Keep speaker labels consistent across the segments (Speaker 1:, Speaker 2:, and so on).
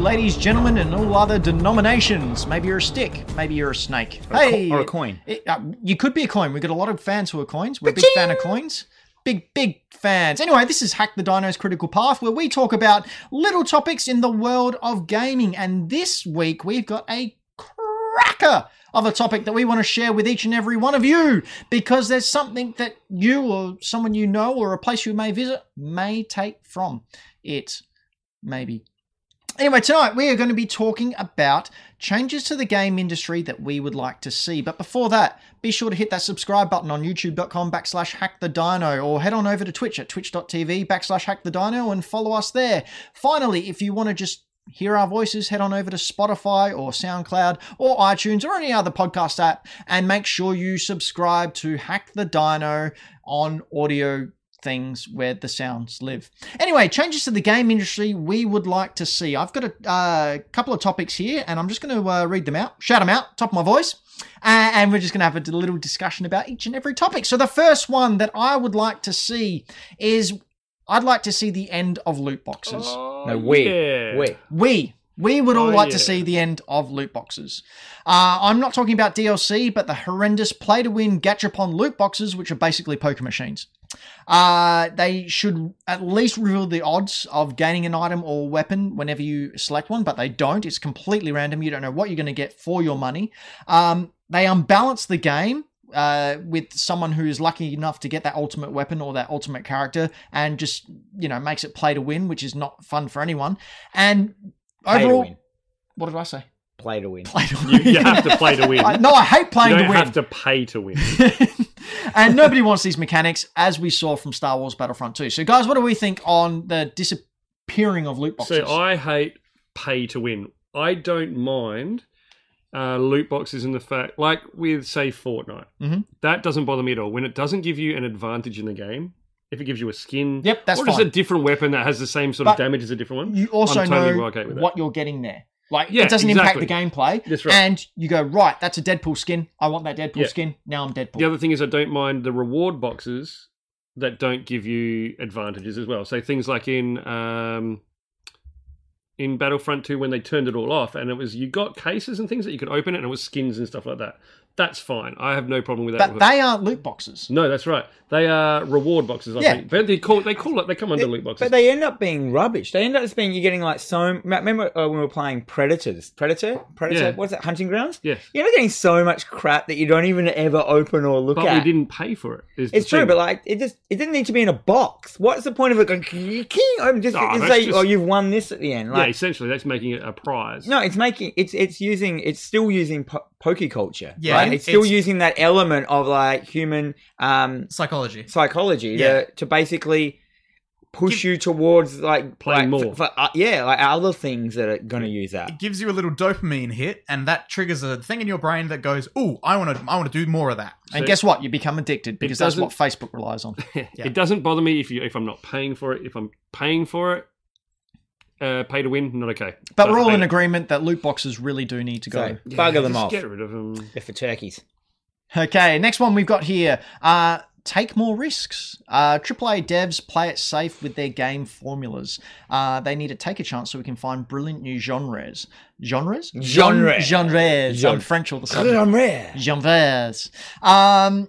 Speaker 1: ladies, gentlemen, and all other denominations. Maybe you're a stick. Maybe you're a snake.
Speaker 2: Or a co-
Speaker 1: hey,
Speaker 2: or a coin.
Speaker 1: it- uh, you could be a coin. We've got a lot of fans who are coins. We're a big fan of coins. Big, big fans. Anyway, this is Hack the Dino's Critical Path, where we talk about little topics in the world of gaming. And this week, we've got a cracker of a topic that we want to share with each and every one of you because there's something that you or someone you know or a place you may visit may take from it. Maybe. Anyway, tonight we are going to be talking about changes to the game industry that we would like to see. But before that, be sure to hit that subscribe button on youtube.com backslash hack the dino or head on over to Twitch at twitch.tv backslash hack the dino and follow us there. Finally, if you want to just hear our voices, head on over to Spotify or SoundCloud or iTunes or any other podcast app and make sure you subscribe to Hack the Dino on audio things where the sounds live. Anyway, changes to the game industry we would like to see. I've got a uh, couple of topics here, and I'm just going to uh, read them out, shout them out, top of my voice, uh, and we're just going to have a little discussion about each and every topic. So the first one that I would like to see is I'd like to see the end of loot boxes.
Speaker 2: No, we.
Speaker 3: Oh, Yeah.
Speaker 2: We.
Speaker 1: We we would all
Speaker 3: Oh,
Speaker 1: like
Speaker 3: yeah.
Speaker 1: to see the end of loot boxes. Uh, I'm not talking about DLC, but the horrendous play to win Gachapon loot boxes, which are basically poker machines. Uh, they should at least reveal the odds of gaining an item or weapon whenever you select one, but they don't. It's completely random. You don't know what you're going to get for your money. Um, they unbalance the game uh, with someone who is lucky enough to get that ultimate weapon or that ultimate character and just, you know, makes it play to win, which is not fun for anyone. And
Speaker 2: Play to
Speaker 1: overall,
Speaker 2: win.
Speaker 1: what did I say?
Speaker 2: Play to win.
Speaker 1: Play to
Speaker 3: You,
Speaker 1: win.
Speaker 3: you have to play to win.
Speaker 1: I- no, I hate
Speaker 3: you
Speaker 1: playing
Speaker 3: don't
Speaker 1: to win.
Speaker 3: have to pay to win.
Speaker 1: and nobody wants these mechanics, as we saw from Star Wars Battlefront 2. So, guys, what do we think on the disappearing of loot boxes?
Speaker 3: so I hate pay to win. I don't mind uh, loot boxes and the fact, like with say Fortnite,
Speaker 1: Mhm.
Speaker 3: that doesn't bother me at all. When it doesn't give you an advantage in the game, if it gives you a skin,
Speaker 1: Yep, that's
Speaker 3: or just a
Speaker 1: fine.
Speaker 3: different weapon that has the same sort of
Speaker 1: But
Speaker 3: damage as a different one.
Speaker 1: you also
Speaker 3: I'm totally
Speaker 1: know
Speaker 3: okay with that.
Speaker 1: what you're getting there. Like,
Speaker 3: Yeah,
Speaker 1: it doesn't
Speaker 3: exactly.
Speaker 1: impact the gameplay.
Speaker 3: That's right.
Speaker 1: And you go, right, that's a Deadpool skin. I want that Deadpool
Speaker 3: Yeah.
Speaker 1: skin. Now I'm Deadpool.
Speaker 3: The other thing is, I don't mind the reward boxes that don't give you advantages as well. So things like in um, in Battlefront 2 when they turned it all off, and it was you got cases and things that you could open, it, and it was skins and stuff like that. That's fine. I have no problem with that.
Speaker 1: but they aren't loot boxes.
Speaker 3: no, that's right. They are reward boxes, I
Speaker 1: Yeah.
Speaker 3: think. But they call they call it. They come under loot boxes.
Speaker 2: But they end up being rubbish. They end up just being you're getting like so. Remember uh, when we were playing Predators, Predator, Predator.
Speaker 3: Yeah.
Speaker 2: What's it? Hunting Grounds.
Speaker 3: Yes.
Speaker 2: You're not getting so much crap that you don't even ever open or look
Speaker 3: but
Speaker 2: at.
Speaker 3: we didn't pay for it. is the
Speaker 2: It's true,
Speaker 3: thing.
Speaker 2: but like it just it didn't need to be in a box. What's the point of it going? King, open just,
Speaker 3: Ah,
Speaker 2: just
Speaker 3: that's
Speaker 2: say,
Speaker 3: just-
Speaker 2: oh, you've won this at the end.
Speaker 3: yeah,
Speaker 2: Like,
Speaker 3: essentially that's making it a prize.
Speaker 2: no, it's making it's it's using it's still using po- pokey culture.
Speaker 4: Yeah,
Speaker 2: right?
Speaker 4: and
Speaker 2: it's still
Speaker 4: it's-
Speaker 2: using that element of like human um
Speaker 4: Psychology.
Speaker 2: psychology
Speaker 4: Yeah.
Speaker 2: to, to basically push you towards like
Speaker 3: Playing
Speaker 2: like,
Speaker 3: more.
Speaker 2: for, for, uh, yeah, like other things that are going to use that.
Speaker 4: It gives you a little dopamine hit, and that triggers a thing in your brain that goes, "Oh, I want to, I want to do more of that."
Speaker 1: And
Speaker 3: So-
Speaker 1: guess what? You become addicted because that's
Speaker 3: doesn't-
Speaker 1: what Facebook relies on.
Speaker 4: Yeah.
Speaker 3: It doesn't bother me if you if I'm not paying for it. If I'm paying for it, uh, pay to win, not okay.
Speaker 1: But
Speaker 3: Don't
Speaker 1: we're all
Speaker 3: pay
Speaker 1: in
Speaker 3: it.
Speaker 1: agreement that loot boxes really do need to go.
Speaker 2: So bugger them
Speaker 3: just
Speaker 2: off.
Speaker 3: Get rid of them.
Speaker 2: They're for turkeys.
Speaker 1: Okay, next one we've got here. Uh, take more risks. Uh, AAA devs play it safe with their game formulas. Uh, they need to take a chance so we can find brilliant new genres. Genres?
Speaker 2: Genre.
Speaker 1: Gen- genres.
Speaker 2: Gen-
Speaker 1: I'm French all of a sudden.
Speaker 2: I'm rare.
Speaker 1: Genres. Um,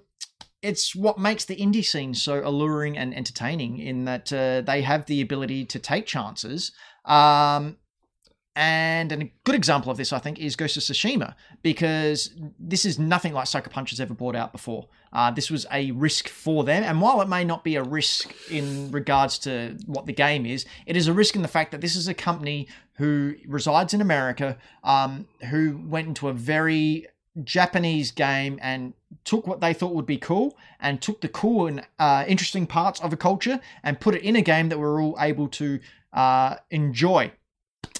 Speaker 1: it's what makes the indie scene so alluring and entertaining in that uh, they have the ability to take chances. Um, and a good example of this, I think, is Ghost of Tsushima, because this is nothing like Sucker Punch has ever brought out before. Uh, this was a risk for them. And while it may not be a risk in regards to what the game is, it is a risk in the fact that this is a company who resides in America, um, who went into a very Japanese game and took what they thought would be cool and took the cool and uh, interesting parts of a culture and put it in a game that we're all able to uh, enjoy.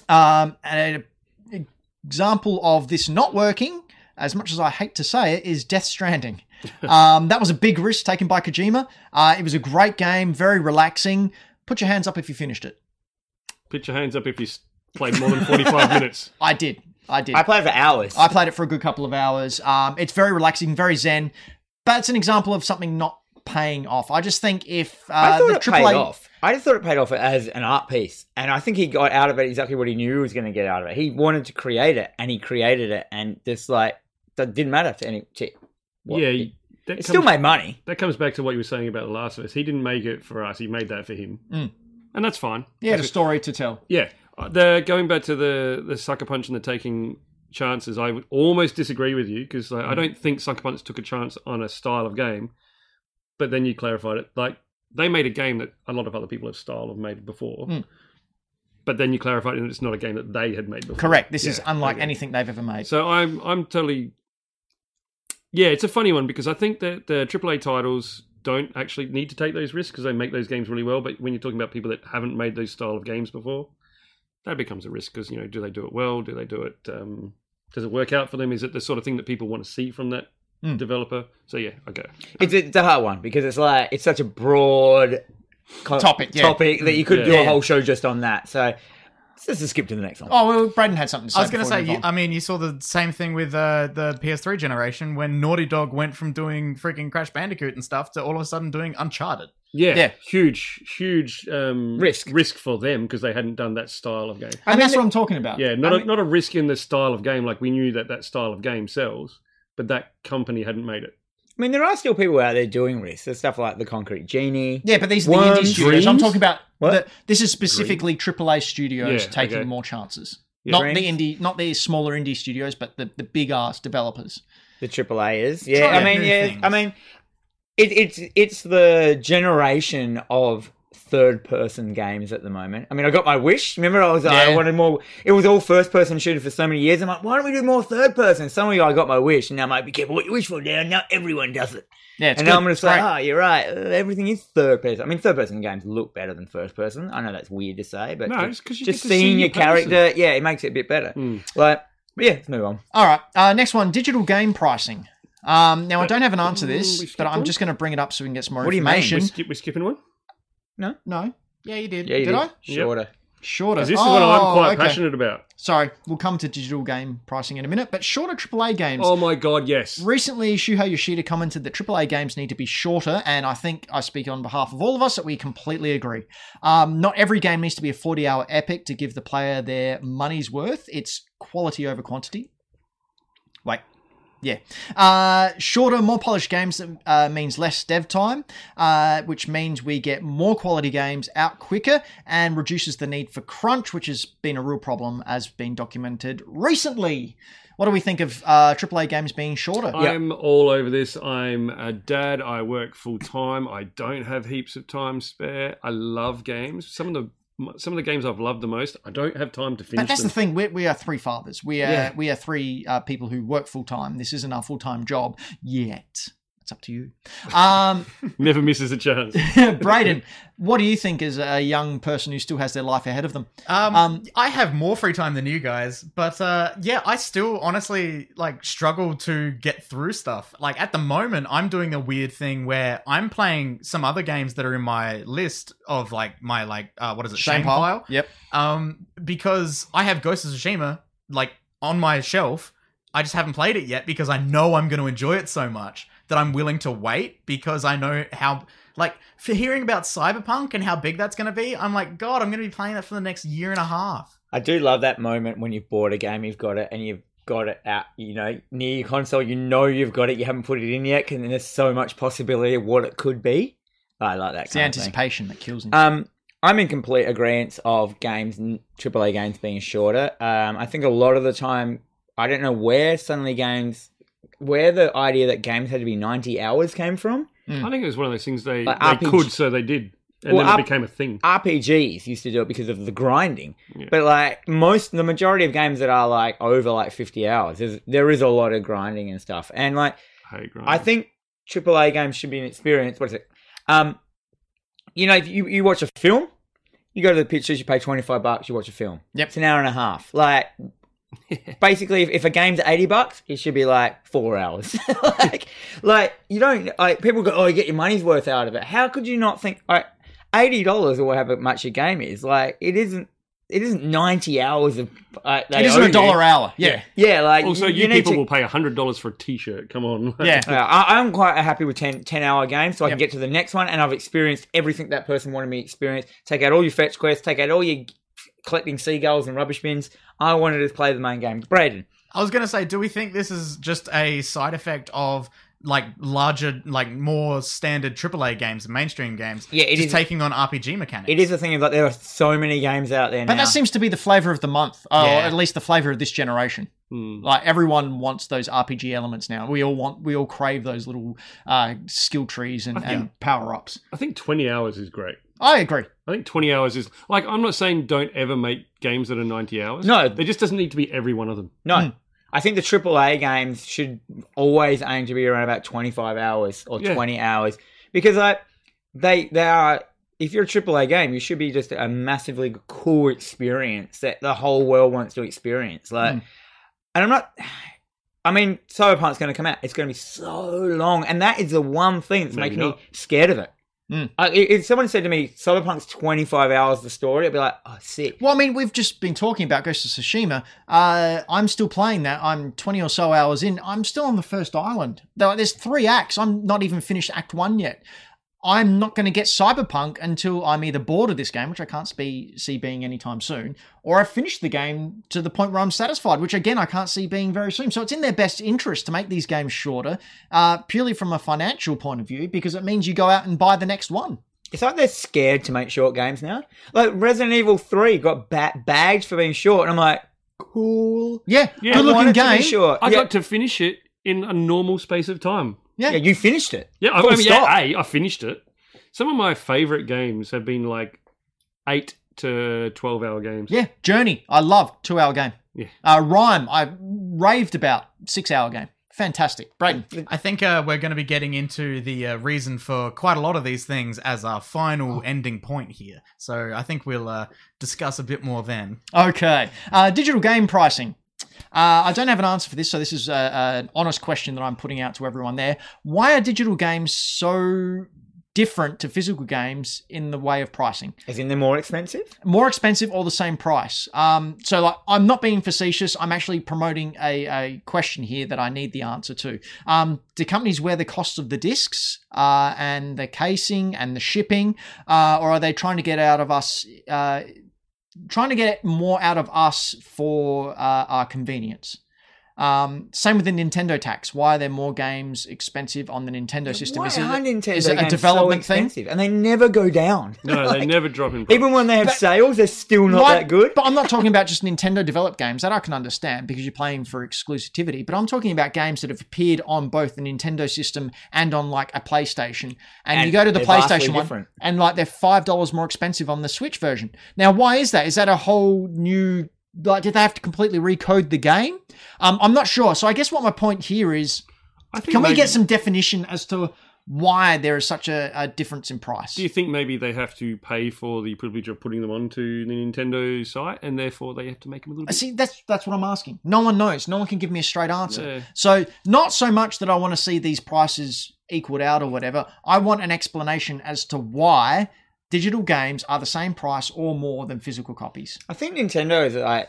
Speaker 1: Um, and an example of this not working, as much as I hate to say it, is Death Stranding. um, that was a big risk taken by Kojima. Uh, it was a great game, very relaxing. Put your hands up if you finished it.
Speaker 3: Put your hands up if you s- played more than 45 minutes.
Speaker 1: I did. I did.
Speaker 2: I play for hours.
Speaker 1: I played it for a good couple of hours. Um, it's very relaxing, very zen, but it's an example of something not paying off. I just think if uh,
Speaker 2: I thought
Speaker 1: the
Speaker 2: it
Speaker 1: AAA
Speaker 2: paid off. I just thought it paid off as an art piece, and I think he got out of it exactly what he knew he was going to get out of it. He wanted to create it, and he created it, and just like that didn't matter to any. To, what-
Speaker 3: yeah,
Speaker 2: it,
Speaker 3: you- that
Speaker 2: it still
Speaker 3: comes-
Speaker 2: made money.
Speaker 3: that comes back to what you were saying about The Last of Us. He didn't make it for us. He made that for him,
Speaker 1: Mm.
Speaker 3: and that's fine.
Speaker 1: He had a
Speaker 3: That's
Speaker 1: story to tell.
Speaker 3: Yeah, Uh, the going back to the the sucker punch and the taking chances, I would almost disagree with you because I don't think sucker punch took a chance on a style of game. But then you clarified it, like they made a game that a lot of other people of style have made before.
Speaker 1: Mm.
Speaker 3: But then you clarified it, and it's not a game that they had made before.
Speaker 1: Correct. This
Speaker 3: Yeah,
Speaker 1: is unlike
Speaker 3: okay.
Speaker 1: anything they've ever made.
Speaker 3: So I'm I'm totally. Yeah, it's a funny one because I think that the AAA titles don't actually need to take those risks because they make those games really well. But when you're talking about people that haven't made those style of games before, that becomes a risk because you know, do they do it well? Do they do it? Um, does it work out for them? Is it the sort of thing that people want to see from that
Speaker 1: Mm.
Speaker 3: developer? So yeah, okay.
Speaker 2: It's, it's a hard one because it's like it's such a broad co-
Speaker 1: Topic, yeah.
Speaker 2: topic that you could
Speaker 3: Yeah.
Speaker 2: do a
Speaker 1: Yeah.
Speaker 2: whole show just on that. So let's just skip to the next one.
Speaker 1: Oh, well, Braden had something to say.
Speaker 4: I was going to
Speaker 1: before we
Speaker 4: say, you, um,
Speaker 1: move on.
Speaker 4: I mean, you saw the same thing with uh, the PS3 generation when Naughty Dog went from doing freaking Crash Bandicoot and stuff to all of a sudden doing Uncharted.
Speaker 3: Yeah,
Speaker 1: Yeah.
Speaker 3: huge, huge um,
Speaker 2: Risk.
Speaker 3: risk for them because they hadn't done that style of game.
Speaker 1: and that's what I'm talking about.
Speaker 3: Yeah, not
Speaker 2: I
Speaker 3: a,
Speaker 2: mean-
Speaker 3: not a risk in the style of game. Like we knew that that style of game sells, but that company hadn't made it.
Speaker 2: I mean, there are still people out there doing this. There's stuff like the Concrete Genie.
Speaker 1: Yeah, but these are the
Speaker 2: Worm
Speaker 1: indie studios. I'm
Speaker 2: Dreams?
Speaker 1: talking about
Speaker 2: What?
Speaker 1: the, this is specifically AAA studios
Speaker 3: Yeah,
Speaker 1: taking
Speaker 3: okay.
Speaker 1: more chances.
Speaker 3: Yeah.
Speaker 1: Not
Speaker 2: Dreams?
Speaker 1: the indie, not the smaller indie studios, but the, the big ass developers.
Speaker 2: The AAA is. Yeah,
Speaker 4: Try
Speaker 2: I mean,
Speaker 4: new
Speaker 2: yeah,
Speaker 4: things.
Speaker 2: I mean, it, it's it's the generation of third person games at the moment. I mean, I got my wish. Remember, I was like, I
Speaker 1: Yeah.
Speaker 2: wanted more. It was all first person shooter for so many years. I'm like, why don't we do more third person? Suddenly, I got my wish, and now I'm like, be careful what you wish for. Now, now everyone does it.
Speaker 1: Yeah, it's
Speaker 2: and
Speaker 1: good.
Speaker 2: now I'm going to
Speaker 1: It's
Speaker 2: say,
Speaker 1: great.
Speaker 2: ah, you're right. Everything is third person. I mean, third person games look better than first person. I know that's weird to say, but
Speaker 3: No,
Speaker 2: just,
Speaker 3: it's 'cause you
Speaker 2: just
Speaker 3: get to see
Speaker 2: seeing your
Speaker 3: your person.
Speaker 2: character, yeah, it makes it a bit better.
Speaker 3: Mm.
Speaker 2: Like, but yeah, let's move on.
Speaker 1: All right. Uh, next one digital game pricing. Um, now, I don't have an answer to
Speaker 3: Ooh, we
Speaker 1: this,
Speaker 3: skipped
Speaker 1: but I'm
Speaker 3: one?
Speaker 1: just going to bring it up so we can get some more
Speaker 2: What do you mean?
Speaker 1: information.
Speaker 3: We're, skip, we're skipping one
Speaker 1: No. Yeah, you did.
Speaker 2: Yeah, you
Speaker 1: did,
Speaker 2: did.
Speaker 1: I?
Speaker 2: Shorter.
Speaker 1: Shorter.
Speaker 3: because this is what I'm
Speaker 1: Oh,
Speaker 3: quite
Speaker 1: okay.
Speaker 3: passionate about.
Speaker 1: Sorry, we'll come to digital game pricing in a minute, but shorter AAA games.
Speaker 3: Oh my god, yes.
Speaker 1: Recently, Shuhei Yoshida commented that AAA games need to be shorter, and I think I speak on behalf of all of us that we completely agree. Um, not every game needs to be a 40 hour epic to give the player their money's worth. It's quality over quantity. Like, yeah. Uh, shorter, more polished games uh, means less dev time, uh, which means we get more quality games out quicker and reduces the need for crunch, which has been a real problem as been documented recently. What do we think of uh, AAA games being shorter?
Speaker 3: I'm all over this. I'm a dad. I work full time. I don't have heaps of time spare. I love games. Some of the some of the games I've loved the most, I don't have time to finish
Speaker 1: But that's
Speaker 3: them.
Speaker 1: the thing. We're, we are three fathers. We are
Speaker 3: Yeah.
Speaker 1: we are three uh, people who work full time. This isn't our full time job yet. It's up to you, um,
Speaker 3: Never misses a chance.
Speaker 1: Braden. What do you think as a young person who still has their life ahead of them?
Speaker 4: Um,
Speaker 1: Um,
Speaker 4: I have more free time than you guys, but uh, yeah, I still honestly like struggle to get through stuff. Like at the moment, I'm doing a weird thing where I'm playing some other games that are in my list of like my like uh, what is it, shame pile,
Speaker 1: Yep.
Speaker 4: um, because I have Ghost of Tsushima like on my shelf. I just haven't played it yet because I know I'm going to enjoy it so much that I'm willing to wait because I know how. Like for hearing about Cyberpunk and how big that's going to be, I'm like, God, I'm going to be playing that for the next year and a half.
Speaker 2: I do love that moment when you've bought a game, you've got it, and you've got it out, you know, near your console. You know you've got it, you haven't put it in yet, and there's so much possibility of what it could be. I like that.
Speaker 1: It's the
Speaker 2: Kind of thing.
Speaker 1: anticipation that kills me.
Speaker 2: Um, I'm in complete agreement of games, AAA games being shorter. Um, I think a lot of the time, I don't know where suddenly games, where the idea that games had to be 90 hours came from.
Speaker 3: I think it was one of those things they,
Speaker 2: Like
Speaker 3: they
Speaker 2: RPG.
Speaker 3: could, so they did, and
Speaker 2: Well,
Speaker 3: then it
Speaker 2: up-
Speaker 3: became a thing.
Speaker 2: RPGs used to do it because of the grinding.
Speaker 3: Yeah.
Speaker 2: But like most, the majority of games that are like over like 50 hours, there's, there is a lot of grinding and stuff. And like,
Speaker 3: Hey, Grant.
Speaker 2: I think AAA games should be an experience. What is it? Um, you know, if you, you watch a film, you go to the pictures, you pay 25 bucks, you watch a film.
Speaker 1: Yep.
Speaker 2: It's an hour and a half. Like, basically, if, if a game's 80 bucks, it should be like four hours. like, like, you don't, like, people go, oh, you get your money's worth out of it. How could you not think, like, $80 or however much a game is, like, it isn't it isn't ninety hours of. Uh, they
Speaker 1: It isn't
Speaker 2: owe
Speaker 1: a
Speaker 2: you.
Speaker 1: dollar hour. Yeah.
Speaker 2: Yeah, like
Speaker 3: Also, you,
Speaker 2: need
Speaker 3: people
Speaker 2: to-
Speaker 3: will pay hundred dollars for a T-shirt. Come on.
Speaker 1: Yeah.
Speaker 2: Yeah, Uh, I, I'm quite happy with 10, 10 hour games, so I
Speaker 1: Yep.
Speaker 2: can get to the next one, and I've experienced everything that person wanted me to experience. Take out all your fetch quests, take out all your collecting seagulls and rubbish bins. I wanted to play the main game. Braden,
Speaker 4: I was gonna say, do we think this is just a side effect of like larger, like more standard AAA games, mainstream games?
Speaker 2: Yeah, it
Speaker 4: just
Speaker 2: is-
Speaker 4: taking on RPG mechanics.
Speaker 2: it is a thing of like there are so many games out there
Speaker 1: But
Speaker 2: now.
Speaker 1: that seems to be the flavor of the month, or
Speaker 4: Yeah.
Speaker 1: at least the flavor of this generation.
Speaker 3: Hmm.
Speaker 1: Like everyone wants those RPG elements now. We all want, we all crave those little uh, skill trees and, and power ups.
Speaker 3: I think twenty hours is great.
Speaker 1: I agree.
Speaker 3: I think twenty hours is like I'm not saying don't ever make games that are ninety hours.
Speaker 2: No.
Speaker 3: there just doesn't need to be every one of them.
Speaker 2: no,
Speaker 1: Mm.
Speaker 2: I think the AAA games should always aim to be around about 25 hours or
Speaker 3: Yeah.
Speaker 2: 20 hours because like they they are. If you're a AAA game, you should be just a massively cool experience that the whole world wants to experience.
Speaker 3: Hmm.
Speaker 2: Like,
Speaker 1: Mm.
Speaker 2: and I'm not. I mean, Cyberpunk's going to come out. It's going to be so long, and that is the one thing that's
Speaker 3: Maybe
Speaker 2: making
Speaker 3: not. Hmm.
Speaker 2: me scared of it.
Speaker 1: Mm.
Speaker 2: I- i- if someone said to me, "Cyberpunk's 25 hours the story," I'd be like, "Oh, sick."
Speaker 1: Well, I mean, we've just been talking about Ghost of Tsushima. Uh, I'm still playing that. I'm 20 or so hours in. I'm still on the first island. Though there's three acts. I'm not even finished Act One yet. I'm not going to get Cyberpunk until I'm either bored of this game, which I can't be, see being anytime soon, or I finish the game to the point where I'm satisfied, which again I can't see being very soon. So it's in their best interest to make these games shorter, uh, purely from a financial point of view, because it means you go out and buy the next one.
Speaker 2: It's like they're scared to make short games now. Like Resident Evil 3 got ba- bagged for being short, and I'm like, cool.
Speaker 1: Yeah, good
Speaker 3: Yeah.
Speaker 2: I want
Speaker 1: looking
Speaker 2: it to be
Speaker 1: game.
Speaker 2: Short.
Speaker 3: I
Speaker 2: yeah,
Speaker 3: got to finish it in a normal space of time.
Speaker 2: yeah, you finished it.
Speaker 3: Yeah, I,
Speaker 2: Full
Speaker 3: I mean, yeah,
Speaker 2: stop.
Speaker 3: A, I finished it. Some of my favorite games have been like eight to twelve hour games.
Speaker 1: Yeah, Journey. I love two hour game.
Speaker 3: Yeah.
Speaker 1: Uh, Rhyme. I raved about six hour game. Fantastic, Brayden.
Speaker 4: I think uh, we're going to be getting into the uh, reason for quite a lot of these things as our
Speaker 3: Oh.
Speaker 4: final ending point here. So I think we'll uh, discuss a bit more then.
Speaker 1: Okay. Uh, digital game pricing. Uh, I don't have an answer for this, so this is a, an honest question that I'm putting out to everyone there. Why are digital games so different to physical games in the way of pricing?
Speaker 2: As in, they're more expensive.
Speaker 1: more expensive or the same price. Um, so like, I'm not being facetious. I'm actually promoting a, a question here that I need the answer to. Um, do companies wear the cost of the discs uh, and the casing and the shipping, uh, or are they trying to get out of us? Uh, trying to get more out of us for uh, our convenience. Um, same with the Nintendo tax. Why are there more games expensive on the Nintendo system?
Speaker 2: Why
Speaker 1: Is it-
Speaker 2: are Nintendo
Speaker 1: is it a
Speaker 2: games so
Speaker 1: development thing?
Speaker 2: expensive? And they never go down.
Speaker 3: No, they never drop in. price.
Speaker 2: Even when they have sales, they're still not
Speaker 1: Why-
Speaker 2: that good.
Speaker 1: But I'm not talking about just Nintendo developed games that I can understand because you're playing for exclusivity. But I'm talking about games that have appeared on both the Nintendo system and on like a PlayStation. And,
Speaker 2: And
Speaker 1: you go to the
Speaker 2: they're vastly
Speaker 1: PlayStation one,
Speaker 2: different.
Speaker 1: and like they're five dollars more expensive on the Switch version. Now, why is that? Is that a whole new? Like, did they have to completely recode the game? Um, I'm not sure. So I guess what my point here is,
Speaker 3: I think
Speaker 1: can we
Speaker 3: maybe-
Speaker 1: get some definition as to why there is such a, a difference in price?
Speaker 3: Do you think maybe they have to pay for the privilege of putting them onto the Nintendo site, and therefore they have to make them a little
Speaker 1: Uh,
Speaker 3: bit?
Speaker 1: See, that's that's what I'm asking. No one knows. No one can give me a straight answer.
Speaker 3: Yeah.
Speaker 1: So, not so much that I want to see these prices equaled out or whatever. I want an explanation as to why digital games are the same price or more than physical copies.
Speaker 2: I think Nintendo is like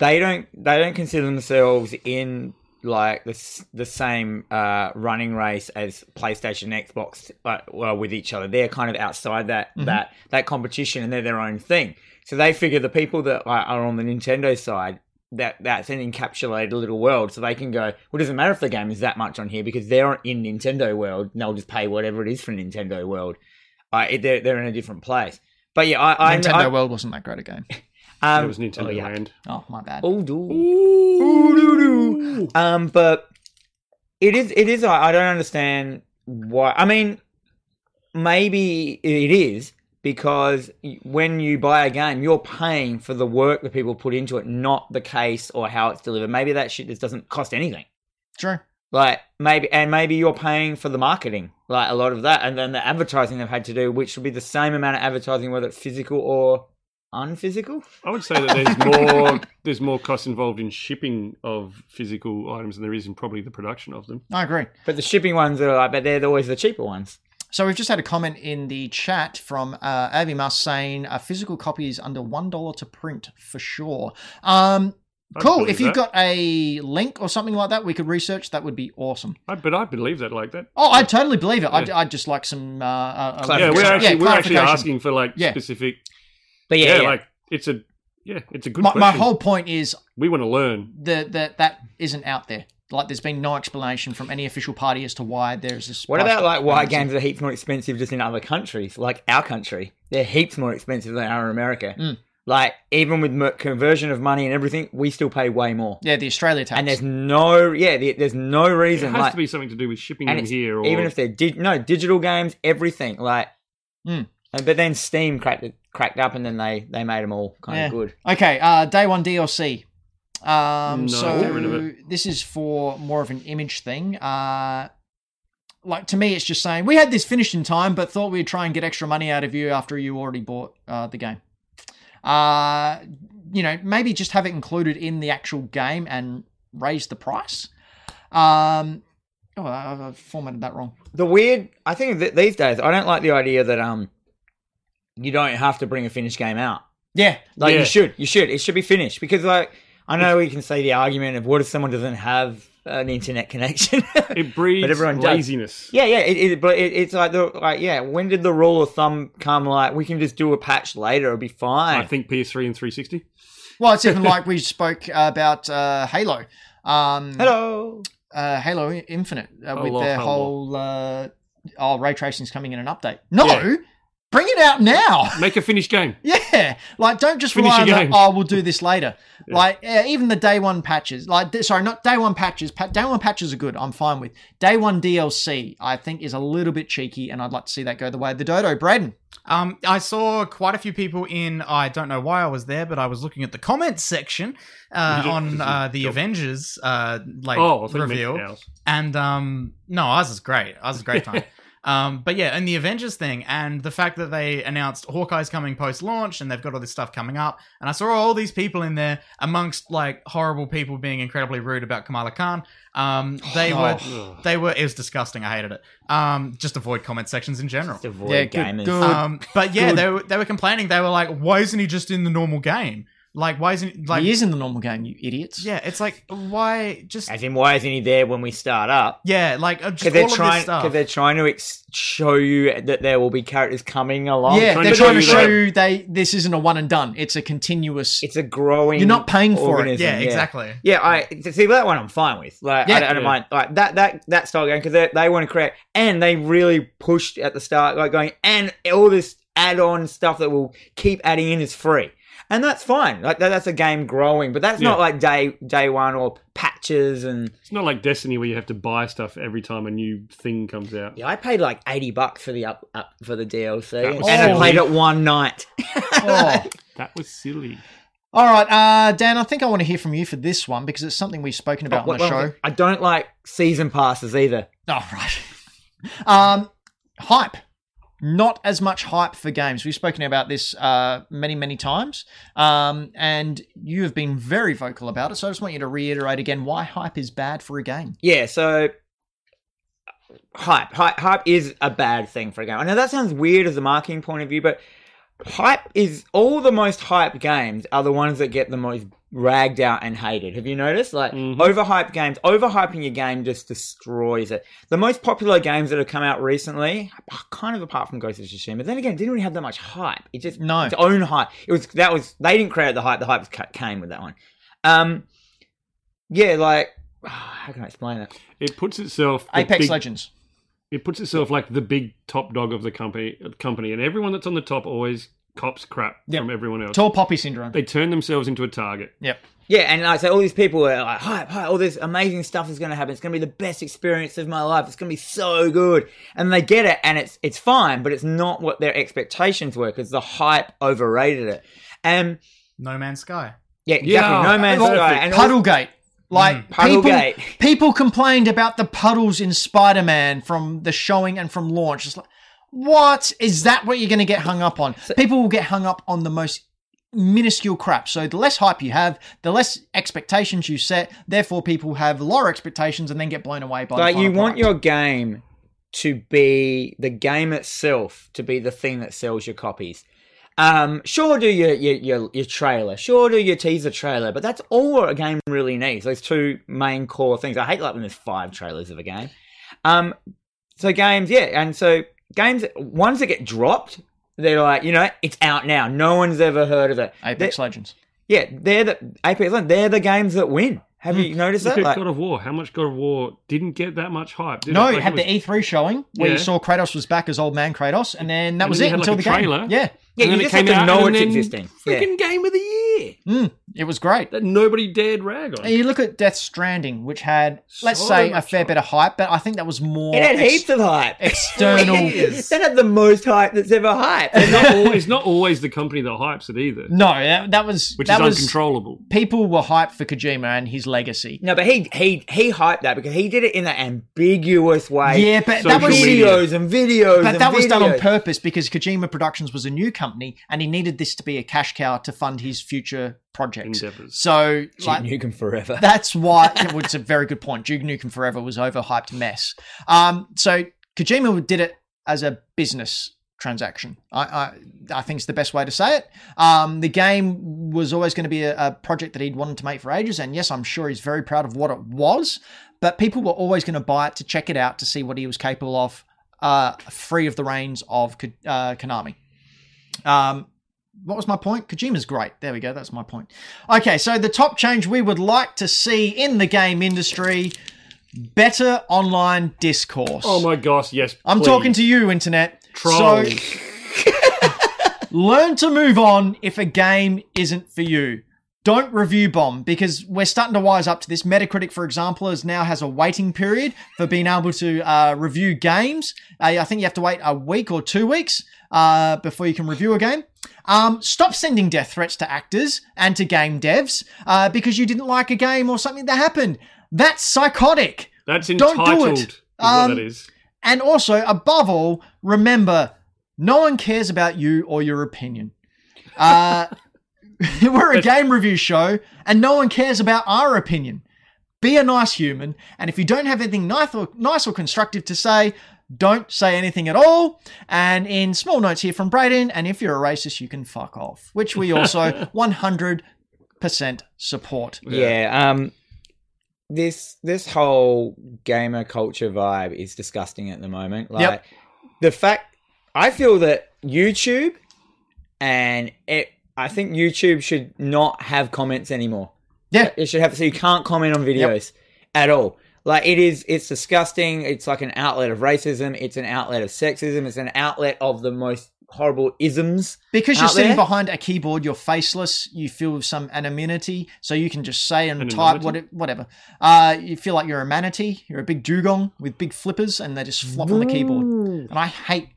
Speaker 2: they don't they don't consider themselves in like the s- the same uh, running race as PlayStation, Xbox, uh, well, with each other. They're kind of outside that that that competition, and they're their own thing. So they figure the people that are are on the Nintendo side. That, that's an encapsulated little world, so they can go. Well, it doesn't matter if the game is that much on here because they're in Nintendo world, and they'll just pay whatever it is for Nintendo world. Uh, it- they're they're in a different place. But yeah, I, I,
Speaker 1: Nintendo
Speaker 2: I
Speaker 1: World wasn't that great a game.
Speaker 2: um,
Speaker 3: It was Nintendo
Speaker 2: oh, yeah.
Speaker 3: Land.
Speaker 1: Oh, my bad.
Speaker 2: Oh, do. Ooh, doo, doo. Um, but it is, it is. I I don't understand why. I mean, maybe it is because y- when you buy a game, you're paying for the work that people put into it, not the case or how it's delivered. Maybe that shit just doesn't cost anything.
Speaker 1: True.
Speaker 2: Like maybe, and maybe you're paying for the marketing, like a lot of that, and then the advertising they've had to do, which would be the same amount of advertising, whether it's physical or unphysical.
Speaker 3: I would say that there's more there's more cost involved in shipping of physical items than there is in probably the production of them.
Speaker 1: I agree.
Speaker 2: But the shipping ones are like, but they're always the cheaper ones.
Speaker 1: So we've just had a comment in the chat from uh, Avi Mas saying a physical copy is under one dollar to print for sure. Um,
Speaker 3: I'd
Speaker 1: cool.
Speaker 3: believe
Speaker 1: If you've got
Speaker 3: that.
Speaker 1: a link or something like that, we could research. That would be awesome.
Speaker 3: I, but I believe that like that.
Speaker 1: Oh, I totally believe it. I'd,
Speaker 3: Yeah.
Speaker 1: I'd just like some uh, uh, uh,
Speaker 3: Yeah,
Speaker 2: Clarification.
Speaker 3: we're actually we're actually
Speaker 1: clarification.
Speaker 3: asking for like
Speaker 1: Yeah.
Speaker 3: specific.
Speaker 2: But yeah,
Speaker 3: Yeah,
Speaker 2: yeah,
Speaker 3: like it's a yeah, it's a good
Speaker 1: My, my
Speaker 3: question.
Speaker 1: whole point is
Speaker 3: we want to learn.
Speaker 1: that that that isn't out there. Like, there's been no explanation from any official party as to why there's this.
Speaker 2: What
Speaker 1: price
Speaker 2: about like why
Speaker 1: difference.
Speaker 2: games are heaps more expensive just in other countries, like our country? They're heaps more expensive than our America.
Speaker 1: Mm.
Speaker 2: Like even with mer- conversion of money and everything, we still pay way more.
Speaker 1: Yeah, the Australia tax.
Speaker 2: And there's no yeah, the- there's no
Speaker 3: It
Speaker 2: reason
Speaker 3: has
Speaker 2: like
Speaker 3: to be something to do with shipping
Speaker 2: and
Speaker 3: them
Speaker 2: it's-
Speaker 3: here, or
Speaker 2: even if they're dig- no digital games, everything like.
Speaker 1: Mm.
Speaker 2: And, but then Steam cracked it, cracked up, and then they they made them all kind
Speaker 1: Yeah.
Speaker 2: of good.
Speaker 1: Okay, uh, day one DLC. Um,
Speaker 3: No,
Speaker 1: so
Speaker 3: get rid of it.
Speaker 1: this is for more of an image thing. Uh, like to me, it's just saying we had this finished in time, but thought we'd try and get extra money out of you after you already bought uh, the game. Uh, you know, maybe just have it included in the actual game and raise the price. Um, oh, I, I formatted that wrong.
Speaker 2: the weird i think that these days i don't like the idea that um you don't have to bring a finished game out
Speaker 1: Yeah,
Speaker 2: like
Speaker 3: Yeah.
Speaker 2: you should you should it should be finished because like i know we can say the argument of what if someone doesn't have an internet connection
Speaker 3: it breeds
Speaker 2: But everyone does.
Speaker 3: laziness.
Speaker 2: yeah yeah it, it, but it, it's like the like yeah when did the rule of thumb come like we can just do a patch later it'll be fine
Speaker 3: I think PS3 and 360.
Speaker 1: well, it's even like we spoke about uh, Halo. Um,
Speaker 2: hello
Speaker 1: uh, Halo Infinite uh,
Speaker 3: Oh,
Speaker 1: with
Speaker 3: well,
Speaker 1: their
Speaker 3: how
Speaker 1: whole uh, oh ray tracing's coming in an update. No,
Speaker 3: Yeah.
Speaker 1: bring it out now.
Speaker 3: Make a finished game.
Speaker 1: yeah, like don't just
Speaker 3: Finish
Speaker 1: rely on
Speaker 3: your
Speaker 1: that.
Speaker 3: game.
Speaker 1: Oh, we'll do this later.
Speaker 3: Yeah.
Speaker 1: Like yeah, even the day one patches, like th- sorry, not day one patches. Pa- day one patches are good. I'm fine with day one DLC. I think is a little bit cheeky, and I'd like to see that go the way of the dodo. Braden,
Speaker 4: Um, I saw quite a few people in. I don't know why I was there, but I was looking at the comments section uh,
Speaker 3: You did-
Speaker 4: on uh, the
Speaker 3: Yep.
Speaker 4: Avengers uh, like
Speaker 3: oh, I think
Speaker 4: reveal,
Speaker 3: Make ours.
Speaker 4: and um, no, ours is great. Ours is a great time. um, but yeah, and the Avengers thing, and the fact that they announced Hawkeye's coming post launch, and they've got all this stuff coming up, and I saw all these people in there amongst like horrible people being incredibly rude about Kamala Khan. Um, they
Speaker 1: Oh.
Speaker 4: were.
Speaker 3: Ugh.
Speaker 4: They were. It was disgusting. I hated it. Um, just avoid comment sections in general.
Speaker 2: Just avoid
Speaker 1: Yeah, good-
Speaker 2: gamers
Speaker 1: good.
Speaker 4: Um, but yeah,
Speaker 1: Good.
Speaker 4: they were they were complaining. They were like, "Why isn't he just in the normal game? Like, why isn't he, like
Speaker 1: he is in the normal game. You idiots.
Speaker 4: yeah? It's like why just
Speaker 2: as in why isn't he there when we start up
Speaker 4: yeah like uh, just
Speaker 2: because
Speaker 4: all
Speaker 2: they're
Speaker 4: of this
Speaker 2: trying,
Speaker 4: stuff.
Speaker 2: cause they're trying to ex- show you that there will be characters coming along.
Speaker 1: yeah,
Speaker 3: trying
Speaker 1: they're
Speaker 3: to
Speaker 1: trying to
Speaker 3: show you
Speaker 1: show
Speaker 3: that-
Speaker 1: you they this isn't a one and done. It's a continuous.
Speaker 2: it's a growing.
Speaker 1: You're not paying for it.
Speaker 2: organism,
Speaker 4: yeah, exactly.
Speaker 2: Yeah, I see that one. I'm fine with. Like,
Speaker 1: Yeah.
Speaker 2: I, don't, I don't
Speaker 3: Yeah.
Speaker 2: mind like that that that style game because they, they want to create and they really pushed at the start, like going and all this add-on stuff that will keep adding in is free, and that's fine. Like that, that's a game growing, but that's not
Speaker 3: Yeah.
Speaker 2: like day day one or patches and.
Speaker 3: It's not like Destiny where you have to buy stuff every time a new thing comes out.
Speaker 2: Yeah, I paid like eighty bucks for the up, up for the DLC,
Speaker 3: That
Speaker 2: and
Speaker 3: was
Speaker 2: I
Speaker 1: silly.
Speaker 2: played it one night.
Speaker 1: Oh.
Speaker 3: That was silly.
Speaker 1: All right, uh, Dan, I think I want to hear from you for this one because it's something we've spoken about on
Speaker 2: Oh, Well,
Speaker 1: the
Speaker 2: well,
Speaker 1: show.
Speaker 2: I don't like season passes either.
Speaker 1: Oh, right. Um, hype. Not as much hype for games. We've spoken about this uh, many, many times, um, and you have been very vocal about it. So I just want you to reiterate again why hype is bad for a game.
Speaker 2: Yeah, so hype, hype, hype is a bad thing for a game. I know that sounds weird as a marketing point of view, but hype is all the most hyped games are the ones that get the most ragged out and hated. Have you noticed? Like
Speaker 3: Mhm.
Speaker 2: overhyped games, overhyping your game just destroys it. The most popular games that have come out recently, kind of apart from Ghost of Tsushima, then again, didn't really have that much hype. It just
Speaker 1: No.
Speaker 2: its own hype. It was that was they didn't create the hype. The hype was ca- came with that one. Um, yeah, like how can I explain that?
Speaker 3: It puts itself the
Speaker 1: Apex
Speaker 3: big-
Speaker 1: Legends.
Speaker 3: It puts itself like the big top dog of the company. Company and everyone that's on the top always cops crap
Speaker 1: Yeah.
Speaker 3: from everyone else.
Speaker 1: Tall Poppy Syndrome.
Speaker 3: They turn themselves into a target.
Speaker 2: Yeah, and like so all these people are like hype, hype. All this amazing stuff is going to happen. It's going to be the best experience of my life. It's going to be so good. And they get it, and it's it's fine, but it's not what their expectations were because the hype overrated it. And
Speaker 4: No Man's Sky.
Speaker 2: yeah, exactly.
Speaker 3: Yeah.
Speaker 2: no man's
Speaker 3: Perfect.
Speaker 2: sky and all-
Speaker 1: Puddlegate. Like
Speaker 2: Mm. Puddlegate.
Speaker 1: people, people complained about the puddles in Spider-Man from the showing and from launch. It's like, what is that? What you're going to get hung up on? people will get hung up on the most minuscule crap. So the less hype you have, the less expectations you set. Therefore, people have lower expectations and then get blown away by. the
Speaker 2: Like
Speaker 1: final
Speaker 2: you
Speaker 1: product.
Speaker 2: want your game to be the game itself to be the thing that sells your copies. Um, sure, do your, your your your trailer. Sure, do your teaser trailer. But that's all a game really needs. Those two main core things. I hate like when there's five trailers of a game. Um, so games, yeah, and so games. Ones that get dropped, they're like, you know, it's out now. No one's ever heard of it.
Speaker 1: Apex Legends.
Speaker 2: They're- yeah, they're the Apex. Legends, They're the games that win. Have you noticed
Speaker 3: Look
Speaker 2: that?
Speaker 3: at
Speaker 2: Like,
Speaker 3: God of War. How much God of War didn't get that much hype? Did
Speaker 1: No,
Speaker 3: it?
Speaker 1: it had
Speaker 3: was-
Speaker 1: the E3 showing where you
Speaker 3: Yeah.
Speaker 1: saw Kratos was back as old man Kratos, and then that
Speaker 3: And
Speaker 1: was
Speaker 3: then
Speaker 1: it
Speaker 3: you had, like,
Speaker 1: until
Speaker 3: a
Speaker 1: the game.
Speaker 3: trailer.
Speaker 1: Yeah,
Speaker 2: yeah,
Speaker 3: and
Speaker 2: you
Speaker 3: then it
Speaker 2: just
Speaker 3: came
Speaker 2: have to
Speaker 3: out,
Speaker 2: know
Speaker 3: and
Speaker 2: it's
Speaker 3: then
Speaker 2: existing. Yeah.
Speaker 3: Freaking game of the year
Speaker 1: Mm, it was great.
Speaker 3: that nobody dared rag on.
Speaker 1: And you look at Death Stranding, which had let's
Speaker 3: So
Speaker 1: say a
Speaker 3: much
Speaker 1: fair
Speaker 3: hype.
Speaker 1: bit of hype, but I think that was more
Speaker 2: It had
Speaker 1: ex-
Speaker 2: heaps of hype.
Speaker 1: external.
Speaker 4: It is.
Speaker 2: that had the most hype that's ever hype.
Speaker 3: not al- it's not always the company that hypes it either,
Speaker 1: no, that, that was
Speaker 3: which is
Speaker 1: that was
Speaker 3: uncontrollable.
Speaker 1: people were hyped for Kojima and his legacy.
Speaker 2: no, but he he he hyped that because he did it in that ambiguous way.
Speaker 1: Yeah, but
Speaker 3: So
Speaker 1: that was
Speaker 3: Social media.
Speaker 2: videos and videos.
Speaker 1: But
Speaker 2: and
Speaker 1: that was done on
Speaker 2: videos.
Speaker 1: purpose because Kojima Productions was a new company and he needed this to be a cash cow to fund his future projects.
Speaker 3: Endeavors.
Speaker 1: So like,
Speaker 2: Duke Nukem forever.
Speaker 1: that's why well, it's a very good point. Duke Nukem Forever was overhyped mess. Um, so Kojima did it as a business transaction. I, I I think it's the best way to say it. Um, the game was always going to be a, a project that he'd wanted to make for ages, and yes, I'm sure he's very proud of what it was. But people were always going to buy it to check it out to see what he was capable of, uh, free of the reins of Ko- uh, Konami. Um, what was my point? Kojima's great. There we go. That's my point. Okay, so the top change we would like to see in the game industry better online discourse.
Speaker 3: Oh my gosh, yes.
Speaker 1: I'm
Speaker 3: please.
Speaker 1: talking to you, internet.
Speaker 3: trolls.
Speaker 1: So learn to move on if a game isn't for you. Don't review bomb because we're starting to wise up to this. Metacritic, for example, is now has a waiting period for being able to uh, review games. Uh, I think you have to wait a week or two weeks uh, before you can review a game. Um, stop sending death threats to actors and to game devs uh, because you didn't like a game or something that happened. That's psychotic.
Speaker 3: That's
Speaker 1: Don't do
Speaker 3: entitled.
Speaker 1: it.
Speaker 3: Is
Speaker 1: Um,
Speaker 3: what that is.
Speaker 1: And also, above all, remember, no one cares about you or your opinion. Uh, we're a game review show, and no one cares about our opinion. Be a nice human, and if you don't have anything nice or, nice or constructive to say, don't say anything at all. And in small notes here from Braden, and if you're a racist, you can fuck off, which we also 100% support.
Speaker 2: yeah. Um. This this whole gamer culture vibe is disgusting at the moment. Like
Speaker 1: Yep.
Speaker 2: the fact I feel that YouTube and it, I think YouTube should not have comments anymore.
Speaker 1: Yeah.
Speaker 2: it should have so you can't comment on videos at all. Like it is, it's disgusting. It's like an outlet of racism. It's an outlet of sexism. It's an outlet of the most horrible isms.
Speaker 1: Because you're
Speaker 2: out
Speaker 1: sitting
Speaker 2: there.
Speaker 1: behind a keyboard, you're faceless. You feel some anonymity, so you can just say and type
Speaker 3: Anonymity?
Speaker 1: what it, whatever. Uh, you feel like you're a manatee. You're a big dugong with big flippers, and they just flop on the keyboard.
Speaker 2: Ooh.
Speaker 1: And I hate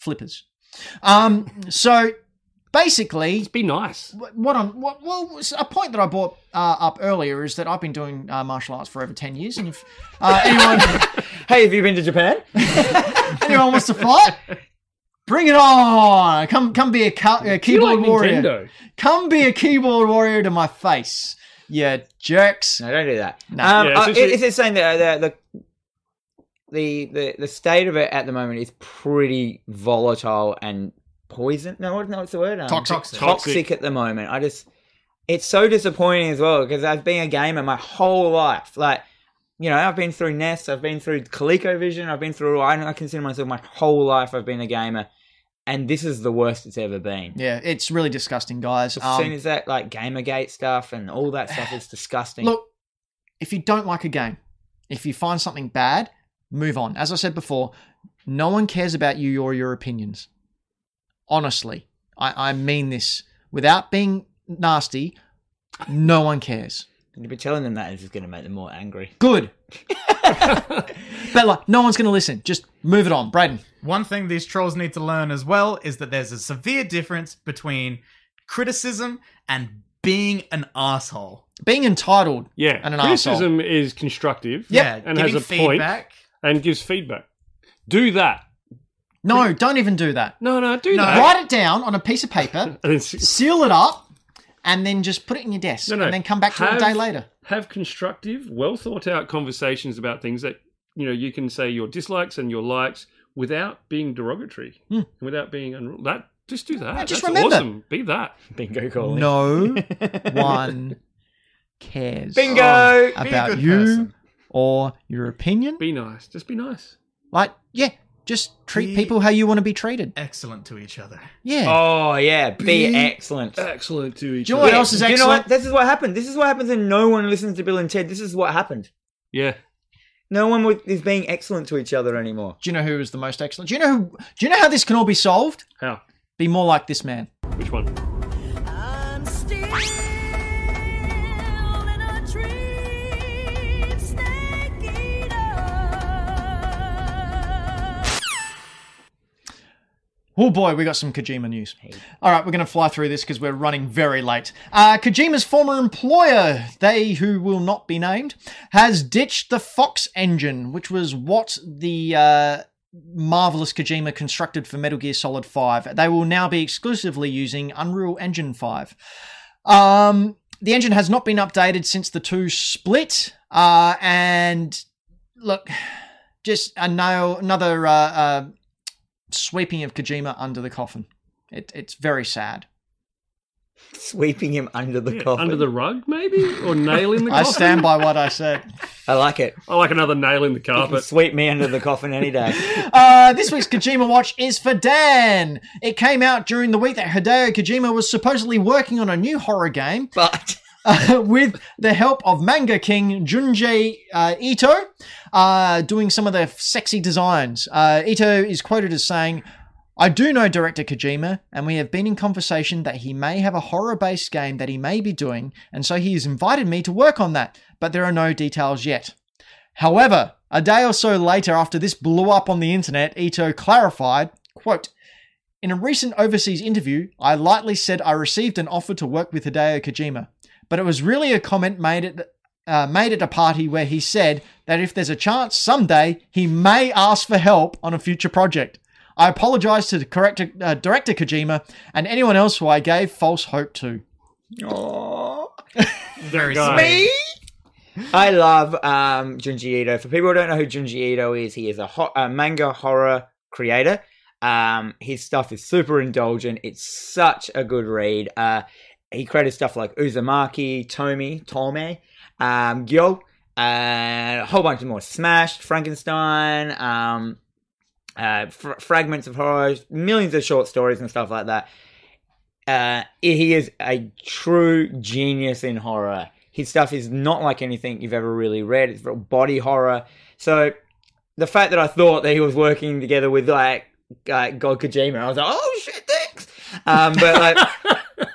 Speaker 1: flippers. Um, so basically,
Speaker 3: Just be nice.
Speaker 1: wh- what I'm what well was a point that I brought uh, up earlier is that I've been doing uh, martial arts for over ten years, and if uh, anyone
Speaker 2: Hey, have you been to Japan?
Speaker 1: anyone wants to fight. Bring it on! Come, come be a, ca- a
Speaker 3: You
Speaker 1: keyboard
Speaker 3: like
Speaker 1: warrior.
Speaker 3: Nintendo.
Speaker 1: Come be a keyboard warrior to my face, you jerks.
Speaker 2: No, don't do that.
Speaker 1: No.
Speaker 2: Um,
Speaker 3: Yeah, it's
Speaker 2: uh,
Speaker 3: just-
Speaker 2: it- it's just saying that the, the the the state of it at the moment is pretty volatile and poison. No, what, no, what's the word? Um,
Speaker 4: Toxic. Toxic.
Speaker 2: Toxic at the moment. I just, it's so disappointing as well because I've been a gamer my whole life. Like, you know, I've been through NES, I've been through ColecoVision, I've been through. I, I consider myself my whole life. I've been a gamer, and this is the worst it's ever been.
Speaker 1: Yeah, it's really disgusting, guys.
Speaker 2: As soon
Speaker 1: Um,
Speaker 2: as that like GamerGate stuff and all that stuff is disgusting.
Speaker 1: look, if you don't like a game, if you find something bad, move on. As I said before, no one cares about you or your opinions. Honestly, I, I mean this without being nasty. No one cares.
Speaker 2: And to be telling them that is just going to make them more angry.
Speaker 1: Good. but like, no one's going to listen. Just move it on, Braden.
Speaker 4: One thing these trolls need to learn as well is that there's a severe difference between criticism and being an asshole.
Speaker 1: Being entitled.
Speaker 3: Yeah.
Speaker 1: And an
Speaker 3: Criticism is constructive.
Speaker 1: Yep.
Speaker 3: And
Speaker 4: giving
Speaker 3: has a point.
Speaker 4: feedback.
Speaker 3: And gives feedback. Do that.
Speaker 1: No, don't even do that.
Speaker 3: No, no, do
Speaker 4: No.
Speaker 3: that.
Speaker 1: Write it down on a piece of paper.
Speaker 3: And it's-
Speaker 1: seal it up, and then just put it in your desk,
Speaker 3: No, no.
Speaker 1: and then come back to it a
Speaker 3: Have-
Speaker 1: day later.
Speaker 3: have constructive, well thought out conversations about things that you know, you can say your dislikes and your likes without being derogatory
Speaker 1: Hmm.
Speaker 3: and without being unruly. That just do that.
Speaker 1: Yeah, just
Speaker 3: That's
Speaker 1: remember.
Speaker 3: awesome. Be that.
Speaker 2: Bingo calling.
Speaker 1: No one cares
Speaker 2: Bingo.
Speaker 4: Oh, be a
Speaker 1: about
Speaker 4: good
Speaker 1: you
Speaker 4: person.
Speaker 1: or your opinion.
Speaker 3: Be nice. Just be nice.
Speaker 1: Like, yeah, just treat
Speaker 4: Be-
Speaker 1: people how you want to be treated.
Speaker 4: Excellent to each other.
Speaker 1: Yeah.
Speaker 2: Oh yeah, be
Speaker 1: Be-
Speaker 2: excellent.
Speaker 3: Excellent to each
Speaker 1: Do you know what
Speaker 2: Yeah,
Speaker 1: else is
Speaker 2: do You know
Speaker 1: excellent?
Speaker 2: what? This is what happened. This is what happens when no one listens to Bill and Ted. This is what happened.
Speaker 3: Yeah.
Speaker 2: No one was- is being excellent to each other anymore.
Speaker 1: Do you know who is the most excellent? Do you know who, do you know how this can all be solved?
Speaker 3: How?
Speaker 1: Be more like this man.
Speaker 3: Which one?
Speaker 5: I'm still in a dream, snake eater.
Speaker 1: Oh boy, we got some Kojima news. All right, we're going to fly through this because we're running very late. Uh, Kojima's former employer, they who will not be named, has ditched the Fox engine, which was what the uh, marvelous Kojima constructed for Metal Gear Solid 5. They will now be exclusively using Unreal Engine 5. Um, the engine has not been updated since the two split, uh, and look, just a no, another. Uh, uh, sweeping of Kojima under the coffin. It, it's very sad.
Speaker 2: Sweeping him under the
Speaker 3: Yeah,
Speaker 2: coffin.
Speaker 3: Under the rug, maybe? Or nail in the
Speaker 1: I
Speaker 3: coffin?
Speaker 1: stand by what I said.
Speaker 2: I like it.
Speaker 3: I like another nail in the
Speaker 2: You can
Speaker 3: carpet.
Speaker 2: sweep me under the coffin any day.
Speaker 1: Uh, this week's Kojima Watch is for Dan. It came out during the week that Hideo Kojima was supposedly working on a new horror game
Speaker 2: But
Speaker 1: uh, with the help of manga king Junji uh, Ito, uh, doing some of the sexy designs. Uh, Ito is quoted as saying, I do know director Kojima, and we have been in conversation that he may have a horror based game that he may be doing, and so he has invited me to work on that, but there are no details yet. However, a day or so later after this blew up on the internet, Ito clarified, quote, in a recent overseas interview, I lightly said I received an offer to work with Hideo Kojima but it was really a comment made at uh, made at a party where he said that if there's a chance someday he may ask for help on a future project. I apologize to the corrector, uh, director Kojima and anyone else who I gave false hope to.
Speaker 2: Aw.
Speaker 4: Very
Speaker 3: guy.
Speaker 4: sweet.
Speaker 2: I love um, Junji Ito. For people who don't know who Junji Ito is, he is a, ho- a manga horror creator. Um, his stuff is super indulgent. It's such a good read. Uh, he created stuff like Uzumaki, Tomi, Tome, um, Gyo, and a whole bunch of more. Smashed, Frankenstein, um, uh, fr- fragments of horror, millions of short stories and stuff like that. Uh, he is a true genius in horror. His stuff is not like anything you've ever really read. It's real body horror. So the fact that I thought that he was working together with like uh, God Kojima, I was like, oh shit, thanks. Um, but like,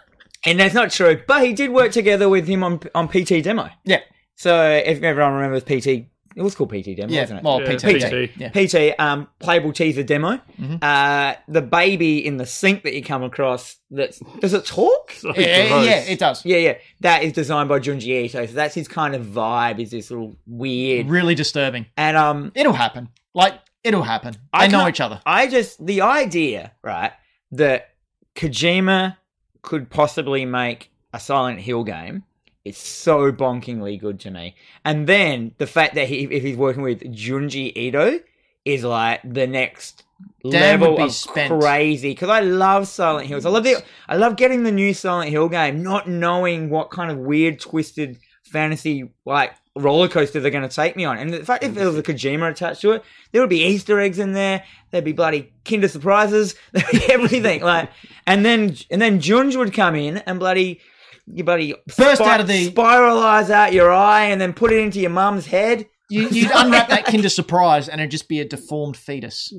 Speaker 2: and that's not true. But he did work together with him on on PT demo.
Speaker 1: Yeah.
Speaker 2: So if everyone remembers PT, it was called PT demo, wasn't
Speaker 1: Yeah,
Speaker 2: it?
Speaker 1: well,
Speaker 3: Yeah,
Speaker 1: PT.
Speaker 3: PT.
Speaker 1: Yeah.
Speaker 2: PT, um, playable teaser demo.
Speaker 1: Mhm.
Speaker 2: Uh, the baby in the sink that you come across. That's does it talk?
Speaker 3: So
Speaker 1: Yeah,
Speaker 3: gross.
Speaker 1: yeah, it does.
Speaker 2: Yeah, yeah. That is designed by Junji Ito. So that's his kind of vibe. Is this little weird
Speaker 1: Really disturbing.
Speaker 2: and um.
Speaker 1: It'll happen. Like it'll happen.
Speaker 2: I
Speaker 1: they know
Speaker 2: can't-
Speaker 1: each other.
Speaker 2: I just the idea, right, that Kojima could possibly make a Silent Hill game is so bonkingly good to me. And then the fact that he if he's working with Junji Ito is like the next
Speaker 1: Dan would
Speaker 2: level
Speaker 1: be
Speaker 2: of
Speaker 1: spent.
Speaker 2: crazy because I love Silent Hills. I love the I love getting the new Silent Hill game, not knowing what kind of weird twisted fantasy like roller coaster they're going to take me on. And the fact if there was a Kojima attached to it, there would be Easter eggs in there. There'd be bloody Kinder surprises. There'd be everything. Like, and then and then Junge would come in and bloody you bloody
Speaker 1: Burst out of the-
Speaker 2: spiralize out your eye and then put it into your mum's head.
Speaker 1: You, you'd unwrap that Kinder Surprise and it'd just be a deformed fetus.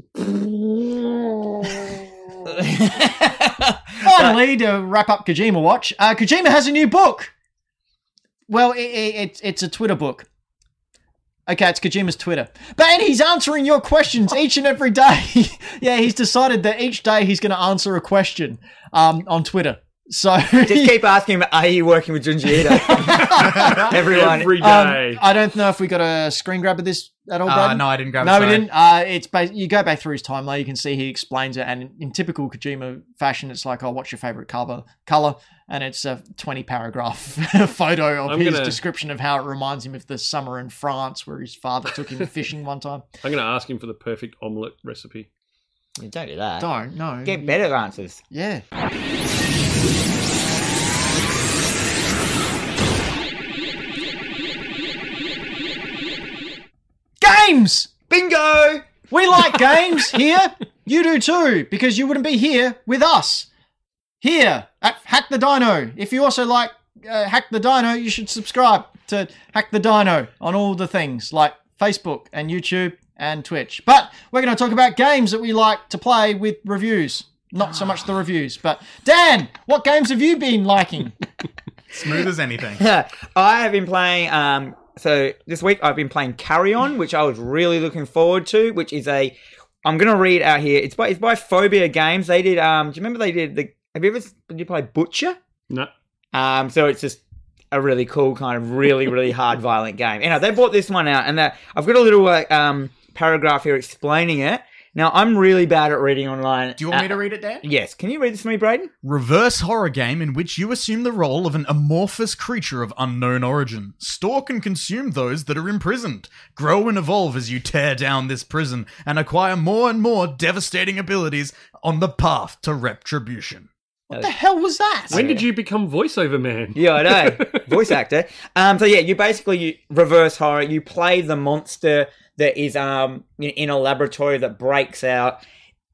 Speaker 1: Finally, to wrap up Kojima Watch, uh, Kojima has a new book. Well, it, it, it's it's a Twitter book. Okay, it's Kojima's Twitter. But and he's answering your questions each and every day. yeah, he's decided that each day he's going to answer a question um, on Twitter. So
Speaker 2: Just keep asking him, are you working with Junji Ito? Everyone.
Speaker 3: Every day.
Speaker 1: Um, I don't know if we got a screen grab of this at all,
Speaker 4: Uh,
Speaker 1: Braden.
Speaker 4: no, I didn't grab it.
Speaker 1: No, we
Speaker 4: sorry.
Speaker 1: didn't. Uh, it's bas- you go back through his timeline. You can see he explains it, and in typical Kojima fashion, it's like, "Oh, what's your favorite cover color?" And it's a twenty-paragraph photo of
Speaker 3: I'm
Speaker 1: his
Speaker 3: gonna-
Speaker 1: description of how it reminds him of the summer in France where his father took him fishing one time.
Speaker 3: I'm going to ask him for the perfect omelette recipe.
Speaker 2: Don't do that.
Speaker 1: Don't no.
Speaker 2: Get better answers.
Speaker 1: Yeah. Games.
Speaker 2: Bingo!
Speaker 1: We like games here. You do too, because you wouldn't be here with us. Here at Hack the Dino. If you also like uh, Hack the Dino, you should subscribe to Hack the Dino on all the things like Facebook and YouTube and Twitch. But we're going to talk about games that we like to play with reviews. Not so much the reviews, but Dan, what games have you been liking?
Speaker 4: Smooth as anything.
Speaker 2: I have been playing. Um, so this week I've been playing Carry On, which I was really looking forward to. Which is a, I'm gonna read out here. It's by it's by Phobia Games. They did. Um, do you remember they did the? Have you ever did you play Butcher?
Speaker 3: No.
Speaker 2: Um, so it's just a really cool kind of really really hard violent game. Anyway, they bought this one out, and that I've got a little like um paragraph here explaining it. Now I'm really bad at reading online. Uh,
Speaker 4: Do you want me to read it, Dan?
Speaker 2: Yes. Can you read this for me, Braden?
Speaker 4: Reverse horror game in which you assume the role of an amorphous creature of unknown origin. Stalk and consume those that are imprisoned. Grow and evolve as you tear down this prison and acquire more and more devastating abilities on the path to retribution.
Speaker 1: What the hell was that?
Speaker 3: When did you become voiceover man?
Speaker 2: Yeah, I know. Voice actor. Um, so yeah, you basically you reverse horror. You play the monster that is um in- in a laboratory that breaks out.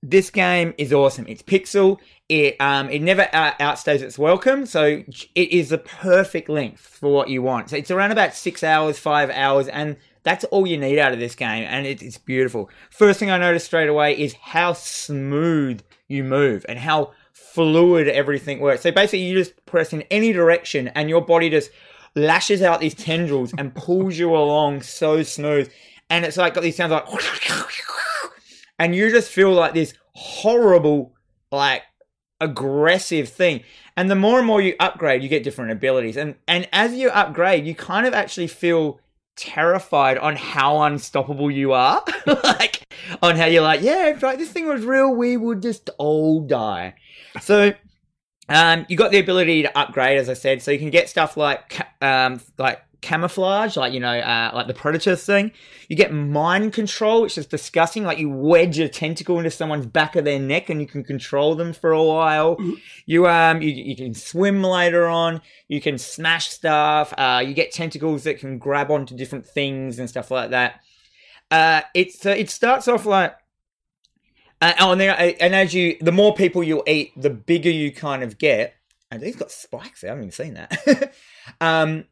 Speaker 2: This game is awesome. It's pixel. It um it never out- outstays its welcome. So it is the perfect length for what you want. So it's around about six hours, five hours, and that's all you need out of this game. And it, it's beautiful. First thing I noticed straight away is how smooth you move and how fluid everything works. So basically, you just press in any direction, and your body just lashes out these tendrils and pulls you along so smooth. And it's like got these sounds like, and you just feel like this horrible, like aggressive thing. And the more and more you upgrade, you get different abilities. And and as you upgrade, you kind of actually feel terrified on how unstoppable you are. like on how you're like, yeah, if like this thing was real, we would just all die. So um, you got the ability to upgrade, as I said, so you can get stuff like ca- um, like camouflage, like you know, uh, like the predator thing. You get mind control, which is disgusting. Like you wedge a tentacle into someone's back of their neck, and you can control them for a while. You um, you, you can swim later on. You can smash stuff. Uh, you get tentacles that can grab onto different things and stuff like that. Uh, it's uh, it starts off like uh, oh, and, then, and as you, the more people you eat, the bigger you kind of get. And he's got spikes there. I haven't even seen that. um,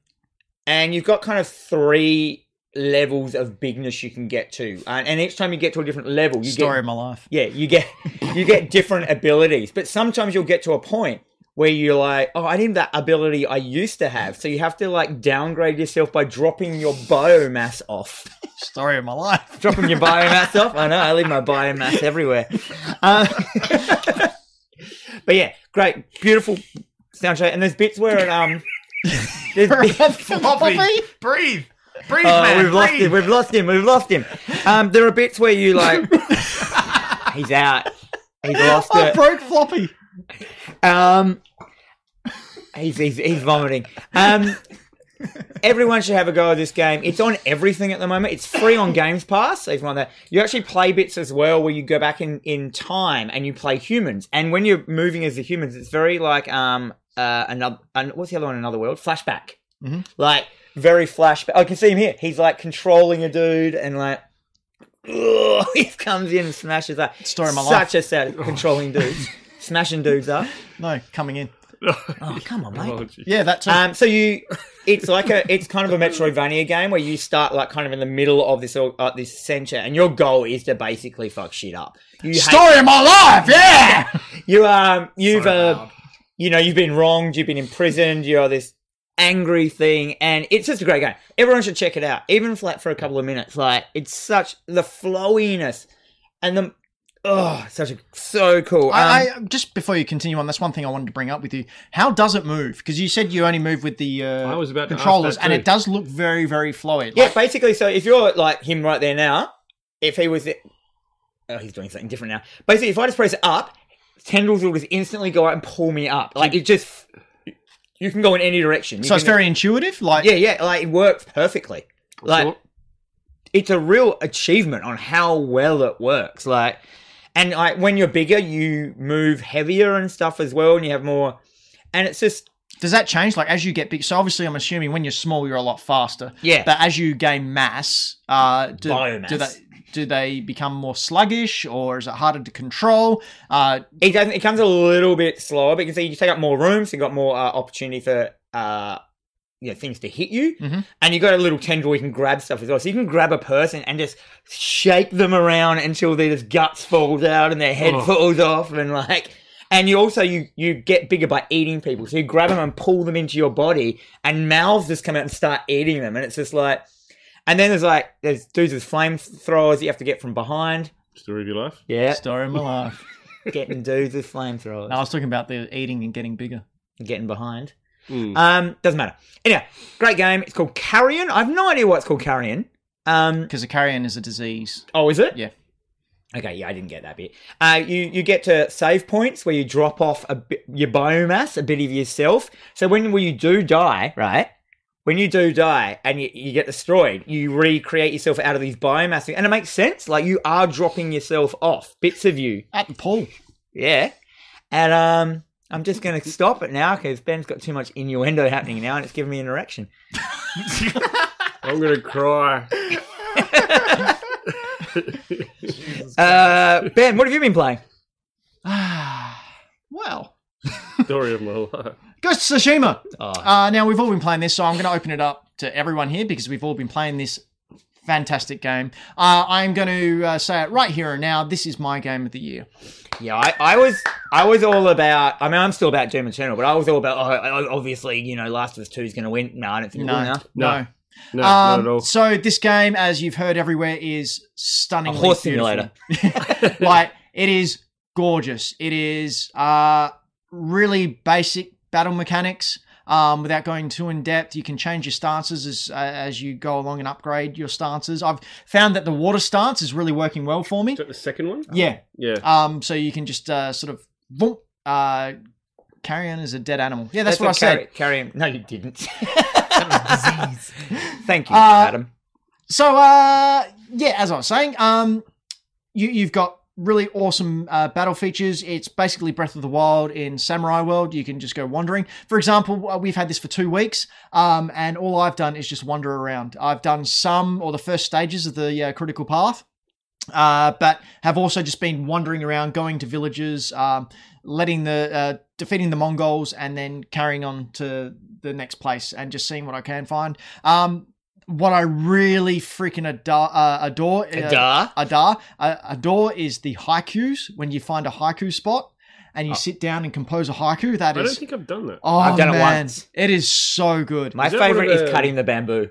Speaker 2: and you've got kind of three levels of bigness you can get to, and, and each time you get to a different level, you
Speaker 1: Story
Speaker 2: get
Speaker 1: of my life.
Speaker 2: yeah, you get you get different abilities, but sometimes you'll get to a point where you're like, oh, I need that ability I used to have. So you have to like downgrade yourself by dropping your biomass off
Speaker 1: Story of my life.
Speaker 2: dropping your biomass off. I know, I leave my biomass everywhere. Um, but yeah, great, beautiful soundtrack. And there's bits where it, um, there's bits,
Speaker 1: Floppy.
Speaker 4: breathe, breathe,
Speaker 2: oh,
Speaker 4: man,
Speaker 2: we've lost
Speaker 4: breathe.
Speaker 2: him, we've lost him, we've lost him. Um, there are bits where you like, he's out, he's lost
Speaker 1: I
Speaker 2: it.
Speaker 1: broke Floppy.
Speaker 2: Um, he's, he's, he's vomiting. Um, everyone should have a go at this game. It's on everything at the moment. It's free on Games Pass. So if you want that, you actually play bits as well, where you go back in in time and you play humans. And when you're moving as the humans, it's very like um uh another an, what's the other one? Another world flashback.
Speaker 1: Mhm.
Speaker 2: Like very flashback. I can see him here. He's like controlling a dude and like. he comes in and smashes up.
Speaker 1: Story of my life.
Speaker 2: Such a sad controlling dudes, smashing dudes up.
Speaker 1: No, coming in.
Speaker 2: Oh, come on, mate.
Speaker 3: Oh, gee.
Speaker 1: Yeah, that too.
Speaker 2: Um, so you, it's like a, it's kind of a Metroidvania game where you start like kind of in the middle of this uh, this center, and your goal is to basically fuck shit up. You hate,
Speaker 1: Story of my life. Yeah.
Speaker 2: you um, you've uh, you know, you've been wronged, you've been imprisoned, you're this angry thing, and it's just a great game. Everyone should check it out, even flat for a couple of minutes. Like it's such the flowiness and the oh, such a so cool. Um,
Speaker 1: I, I just before you continue on, that's one thing I wanted to bring up with you. How does it move? Because you said you only move with the uh,
Speaker 3: I was about to ask
Speaker 1: controllers,
Speaker 3: that
Speaker 1: and
Speaker 3: too.
Speaker 1: it does look very, very flowy.
Speaker 2: yeah, basically. So if you're like him right there now, if he was, oh, he's doing something different now. Basically, if I just press up, tendrils will just instantly go out and pull me up. Like it just, you can go in any direction. You
Speaker 1: so it's
Speaker 2: can-
Speaker 1: very intuitive. Like,
Speaker 2: yeah, yeah. Like it works perfectly. Like
Speaker 3: Sure.
Speaker 2: it's a real achievement on how well it works. Like, and like when you're bigger, you move heavier and stuff as well, and you have more. And it's just
Speaker 1: does that change? Like as you get big? So obviously, I'm assuming when you're small, you're a lot faster.
Speaker 2: Yeah.
Speaker 1: But as you gain mass, uh, do,
Speaker 2: Biomass.
Speaker 1: do they do they become more sluggish, or is it harder to control? Uh,
Speaker 2: it doesn't. It comes a little bit slower because you take up more room, so you got more uh, opportunity for uh, you know, things to hit you,
Speaker 1: Mhm.
Speaker 2: and you got a little tendril you can grab stuff as well. So you can grab a person and just shake them around until their just guts falls out and their head
Speaker 3: Oh.
Speaker 2: falls off, and like. And you also you you get bigger by eating people. So you grab them and pull them into your body, and mouths just come out and start eating them. And it's just like, and then there's like there's dudes with flamethrowers that you have to get from behind.
Speaker 3: Story of your life.
Speaker 2: Yeah,
Speaker 1: Story of my life.
Speaker 2: getting dudes with flamethrowers.
Speaker 1: No, I was talking about the eating and getting bigger.
Speaker 2: getting behind.
Speaker 1: Uh,
Speaker 3: Mm.
Speaker 2: Um, doesn't matter. Anyhow, great game. It's called Carrion. I have no idea why it's called Carrion. Um,
Speaker 1: Because a carrion is a disease.
Speaker 2: oh, is it?
Speaker 1: Yeah.
Speaker 2: Okay, yeah, I didn't get that bit. Uh, you you get to save points where you drop off a bit, your biomass, a bit of yourself. So when when you do die, right? When you do die and you, you get destroyed, you recreate yourself out of these biomass, things. and it makes sense. Like you are dropping yourself off, bits of you.
Speaker 1: At the pool.
Speaker 2: Yeah. And um, I'm just going to stop it now because Ben's got too much innuendo happening now and it's giving me an erection.
Speaker 3: I'm gonna cry.
Speaker 2: Uh, ben, what have you been playing?
Speaker 1: well,
Speaker 3: Story of my life.
Speaker 1: Ghost of Tsushima.
Speaker 2: Oh.
Speaker 1: Uh, now we've all been playing this, so I'm going to open it up to everyone here because we've all been playing this fantastic game. Uh, I'm going to uh, say it right here and now. This is my game of the year.
Speaker 2: Yeah, I, I was I was all about. I mean, I'm still about Doom Eternal, but I was all about. Oh, I- I- obviously, you know, Last of Us Two is going to win. No, I don't think it will
Speaker 1: No,
Speaker 2: now.
Speaker 3: No,
Speaker 1: no.
Speaker 3: No, not
Speaker 1: Um,
Speaker 3: at all.
Speaker 1: So this game, as you've heard everywhere, is
Speaker 2: A
Speaker 1: stunningly
Speaker 2: horse
Speaker 1: beautiful.
Speaker 2: simulator.
Speaker 1: like it is gorgeous. It is uh, really basic battle mechanics. Um, without going too in depth, you can change your stances as uh, as you go along and upgrade your stances. I've found that the water stance is really working well for me.
Speaker 3: Is that the second one?
Speaker 1: Yeah.
Speaker 3: Yeah.
Speaker 1: Um, so you can just uh, sort of boom, uh, carrion is a dead animal. Yeah, that's, what I said.
Speaker 2: carry, Carry him. No, you didn't.
Speaker 4: disease.
Speaker 2: Thank you,
Speaker 1: Uh,
Speaker 2: Adam.
Speaker 1: So uh, yeah, as I was saying, um, you you've got really awesome uh, battle features. It's basically Breath of the Wild in Samurai World. You can just go wandering. For example, uh, we've had this for two weeks, um, and all I've done is just wander around. I've done some or the first stages of the uh, critical path. Uh, but have also just been wandering around, going to villages, um, letting the uh, defeating the Mongols, and then carrying on to the next place and just seeing what I can find. Um, what I really freaking adore, uh, adore uh,
Speaker 2: Duh.
Speaker 1: Adar. Uh, Adar is the haikus. When you find a haiku spot and you sit down and compose a haiku, that
Speaker 3: Oh. I don't
Speaker 1: is.
Speaker 3: think I've done that.
Speaker 1: Oh,
Speaker 2: I've done it
Speaker 1: man.
Speaker 2: once.
Speaker 1: It is so good.
Speaker 2: My
Speaker 3: Is that one of
Speaker 2: favorite is
Speaker 3: the-
Speaker 2: cutting the bamboo.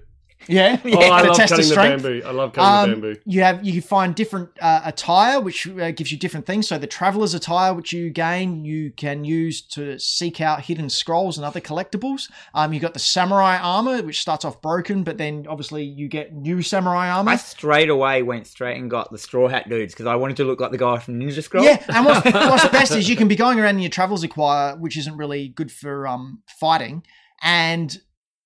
Speaker 1: yeah.
Speaker 3: Oh, I
Speaker 1: The
Speaker 3: love
Speaker 1: test of
Speaker 3: cutting the
Speaker 1: strength.
Speaker 3: bamboo. I love cutting
Speaker 1: Um,
Speaker 3: the bamboo.
Speaker 1: You have you can find different uh, attire, which uh, gives you different things. So the traveler's attire, which you gain, you can use to seek out hidden scrolls and other collectibles. Um, you got the samurai armor, which starts off broken, but then obviously you get new samurai armor.
Speaker 2: I straight away went straight and got the straw hat dudes because I wanted to look like the guy from Ninja Scroll.
Speaker 1: Yeah, and what's, what's best is you can be going around in your travels acquire, which isn't really good for um, fighting, and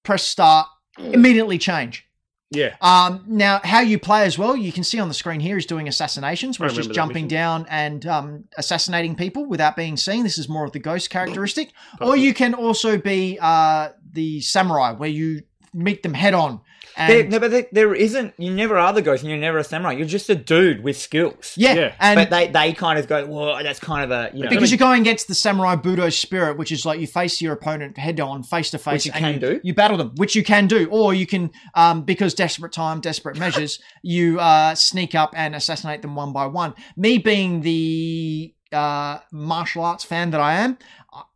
Speaker 1: press start, immediately change.
Speaker 3: Yeah.
Speaker 1: Um, now, how you play as well, you can see on the screen here is doing assassinations, where
Speaker 3: I
Speaker 1: it's just
Speaker 3: remember that
Speaker 1: jumping
Speaker 3: mission.
Speaker 1: down and um, assassinating people without being seen. This is more of the ghost characteristic. or
Speaker 3: Perfect.
Speaker 1: you can also be uh, the samurai, where you meet them head on.
Speaker 2: There,
Speaker 1: And,
Speaker 2: no, but there, there isn't. You never are the ghost, and you're never a samurai. You're just a dude with skills.
Speaker 1: yeah,
Speaker 3: Yeah.
Speaker 1: and
Speaker 2: but they, they kind of go, well, that's kind of a you know,
Speaker 1: Because you're going against the samurai budo spirit, which is like you face your opponent head on, face to face.
Speaker 2: Which you
Speaker 1: and
Speaker 2: can do.
Speaker 1: You battle them, which you can do, or you can, um, because desperate time, desperate measures, you uh, sneak up and assassinate them one by one. Me being the uh, martial arts fan that I am,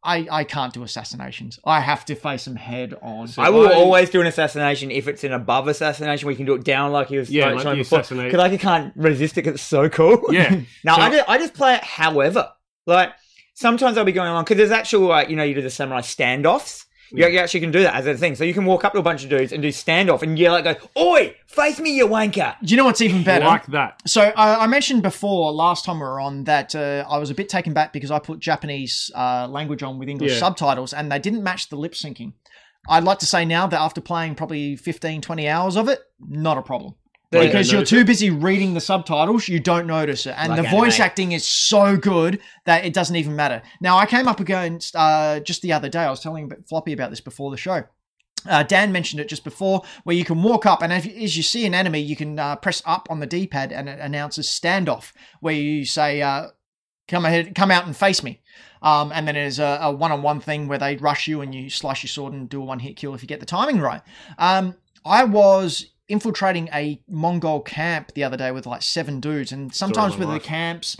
Speaker 1: I, I can't do assassinations. I have to face them head on.
Speaker 2: I will
Speaker 3: I-
Speaker 2: always do an assassination if it's an above assassination. We can do it down like you was
Speaker 3: Yeah,
Speaker 2: like
Speaker 3: like
Speaker 2: showing
Speaker 3: you
Speaker 2: before.
Speaker 3: assassinate.
Speaker 2: Because I just can't resist it. 'cause It's so cool.
Speaker 3: Yeah.
Speaker 2: now
Speaker 3: So-
Speaker 2: I, just, I just play it. However, like sometimes I'll be going along because there's actual like you know you do the samurai standoffs. You, you actually can do that as a thing. So you can walk up to a bunch of dudes and do standoff and yell at guys, "Oi, face me, you wanker!"
Speaker 1: Do you know what's even better?
Speaker 3: like that.
Speaker 1: So I, I mentioned before last time we were on that uh, I was a bit taken back because I put Japanese uh, language on with English
Speaker 3: Yeah.
Speaker 1: subtitles and they didn't match the lip syncing. I'd like to say now that after playing probably 15, 20 hours of it, not a problem.
Speaker 2: There you go.
Speaker 1: because
Speaker 3: don't
Speaker 1: you're
Speaker 3: notice
Speaker 1: too busy reading the subtitles, you don't notice it. And
Speaker 2: Like
Speaker 1: the voice
Speaker 2: anime.
Speaker 1: acting is so good that it doesn't even matter. Now, I came up against uh, just the other day, I was telling a bit Floppy about this before the show. Uh, Dan mentioned it just before, where you can walk up, and if, as you see an enemy, you can uh, press up on the D-pad, and it announces standoff, where you say, uh, "Come ahead, come out and face me." Um, and then there's a, a one-on-one thing where they rush you, and you slice your sword and do a one-hit kill if you get the timing right. Um, I was infiltrating a Mongol camp the other day with like seven dudes, and sometimes
Speaker 3: my
Speaker 1: with
Speaker 3: life.
Speaker 1: the camps,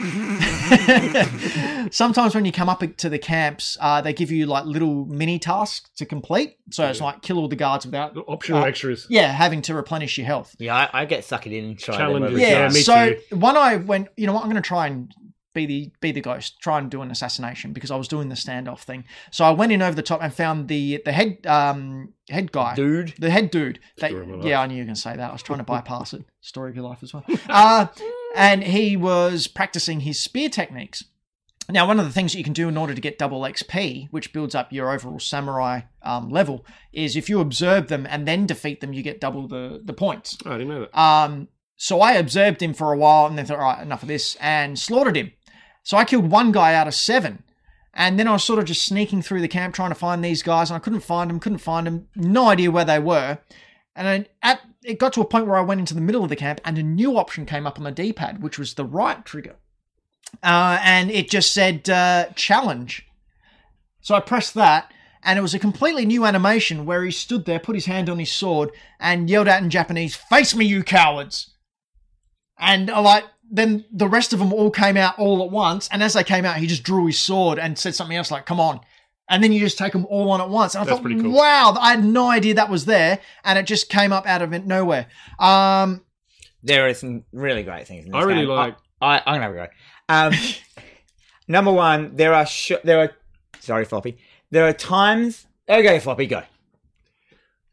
Speaker 1: sometimes when you come up to the camps, uh, they give you like little mini tasks to complete. So it's like kill all the guards without,
Speaker 3: The optional
Speaker 1: Uh,
Speaker 3: extras.
Speaker 1: yeah, having to replenish your health.
Speaker 2: Yeah, I, I get sucked in. and try them
Speaker 3: Challenges.
Speaker 2: over.
Speaker 1: Yeah.
Speaker 3: Yeah, me
Speaker 1: so one I went, you know what, I'm going to try and be the be the ghost, try and do an assassination because I was doing the standoff thing. So I went in over the top and found the the head um head guy.
Speaker 2: dude.
Speaker 1: The head dude. That,
Speaker 3: Story of my life.
Speaker 1: yeah, I knew you were going to say that. I was trying to bypass it. Story of your life as well. Uh, and he was practicing his spear techniques. Now, one of the things that you can do in order to get double XP, which builds up your overall samurai um, level, is if you observe them and then defeat them, you get double the, the points.
Speaker 3: Oh, I didn't know that.
Speaker 1: Um, so I observed him for a while and then thought, all right, enough of this, and slaughtered him. So I killed one guy out of seven. And then I was sort of just sneaking through the camp trying to find these guys, and I couldn't find them, couldn't find them, no idea where they were. And then at, it got to a point where I went into the middle of the camp, and a new option came up on the D pad, which was the right trigger. Uh, and it just said uh, challenge. So I pressed that, and it was a completely new animation where he stood there, put his hand on his sword, and yelled out in Japanese, "Face me, you cowards!" And I like then the rest of them all came out all at once, and as they came out, he just drew his sword and said something else like, "Come on." And then you just take them all on at once. And I
Speaker 3: That's
Speaker 1: thought,
Speaker 3: pretty cool.
Speaker 1: wow, I had no idea that was there. And it just came up out of it nowhere. Um,
Speaker 2: There are some really great things. In this
Speaker 3: I really
Speaker 2: game.
Speaker 3: like-
Speaker 2: I, I, I'm gonna have a go. Um, number one, there are sh- there are sorry, floppy. There are times. Okay, floppy, go.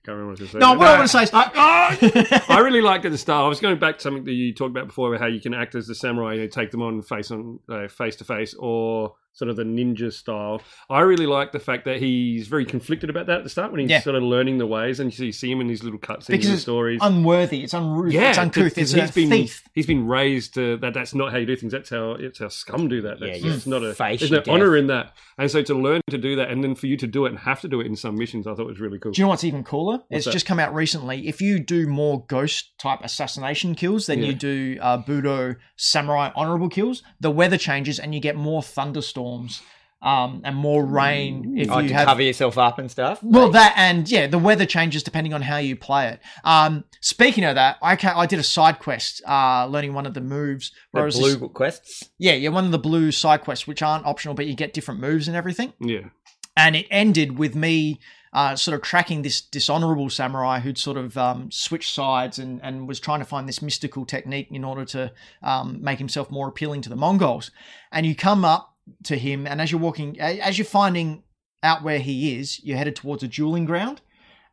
Speaker 3: Can't remember what I was gonna say.
Speaker 1: no, what I
Speaker 3: No,
Speaker 1: want to say is,
Speaker 3: I really liked at the start. I was going back to something that you talked about before, about how you can act as the samurai, you know, take them on face on uh, face to face, or sort of the ninja style. I really like the fact that he's very conflicted about that at the start when he's
Speaker 1: Yeah.
Speaker 3: sort of learning the ways, and you see him in these little cutscenes
Speaker 1: Because
Speaker 3: and
Speaker 1: it's
Speaker 3: stories.
Speaker 1: unworthy, it's unruly, it's uncouth, it's
Speaker 3: because
Speaker 1: a
Speaker 3: he's been
Speaker 1: thief.
Speaker 3: he's been raised to that. That's not how you do things. That's how it's how scum do that. That's
Speaker 2: Yeah, you
Speaker 3: it's not a
Speaker 2: face
Speaker 3: there's
Speaker 2: your
Speaker 3: no honor
Speaker 2: death.
Speaker 3: in that. And so to learn to do that, and then for you to do it and have to do it in some missions, I thought was really cool.
Speaker 1: Do you know what's even cooler? it's
Speaker 3: that?
Speaker 1: just come out recently. If you do more ghost type assassination kills than
Speaker 3: Yeah.
Speaker 1: you do uh, Budo samurai honorable kills, the weather changes and you get more thunderstorms um, and more rain if
Speaker 2: Oh,
Speaker 1: you
Speaker 2: to
Speaker 1: have
Speaker 2: cover yourself up and stuff.
Speaker 1: Well, that and yeah, the weather changes depending on how you play it. Um, speaking of that, I ca- I did a side quest, uh, learning one of the moves.
Speaker 2: The
Speaker 1: where it was
Speaker 2: blue
Speaker 1: this-
Speaker 2: quests.
Speaker 1: yeah, yeah, one of the blue side quests, which aren't optional, but you get different moves and everything
Speaker 3: yeah,
Speaker 1: and it ended with me uh, sort of tracking this dishonorable samurai who'd sort of um, switched sides and, and was trying to find this mystical technique in order to um, make himself more appealing to the Mongols. And you come up to him, and as you're walking, a- as you're finding out where he is, you're headed towards a dueling ground.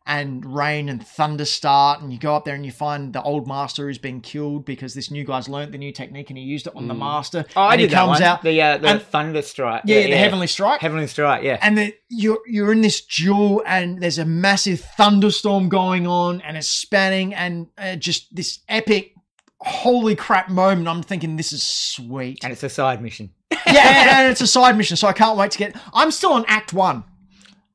Speaker 1: And rain and thunder start, and you go up there and you find the old master who's been killed because this new guy's learned the new technique and he used it on the master.
Speaker 2: Oh, I
Speaker 1: and
Speaker 2: did
Speaker 1: he comes
Speaker 2: that one.
Speaker 1: out,
Speaker 2: The uh, the
Speaker 1: and-
Speaker 2: thunder strike.
Speaker 1: yeah, the heavenly strike
Speaker 2: heavenly strike. Yeah.
Speaker 1: and then you're you're in this duel and there's a massive thunderstorm going on and it's spanning and uh, just this epic holy crap moment i'm thinking this is sweet
Speaker 2: And it's a side mission.
Speaker 1: yeah and, and it's a side mission so i can't wait to get i'm still on act one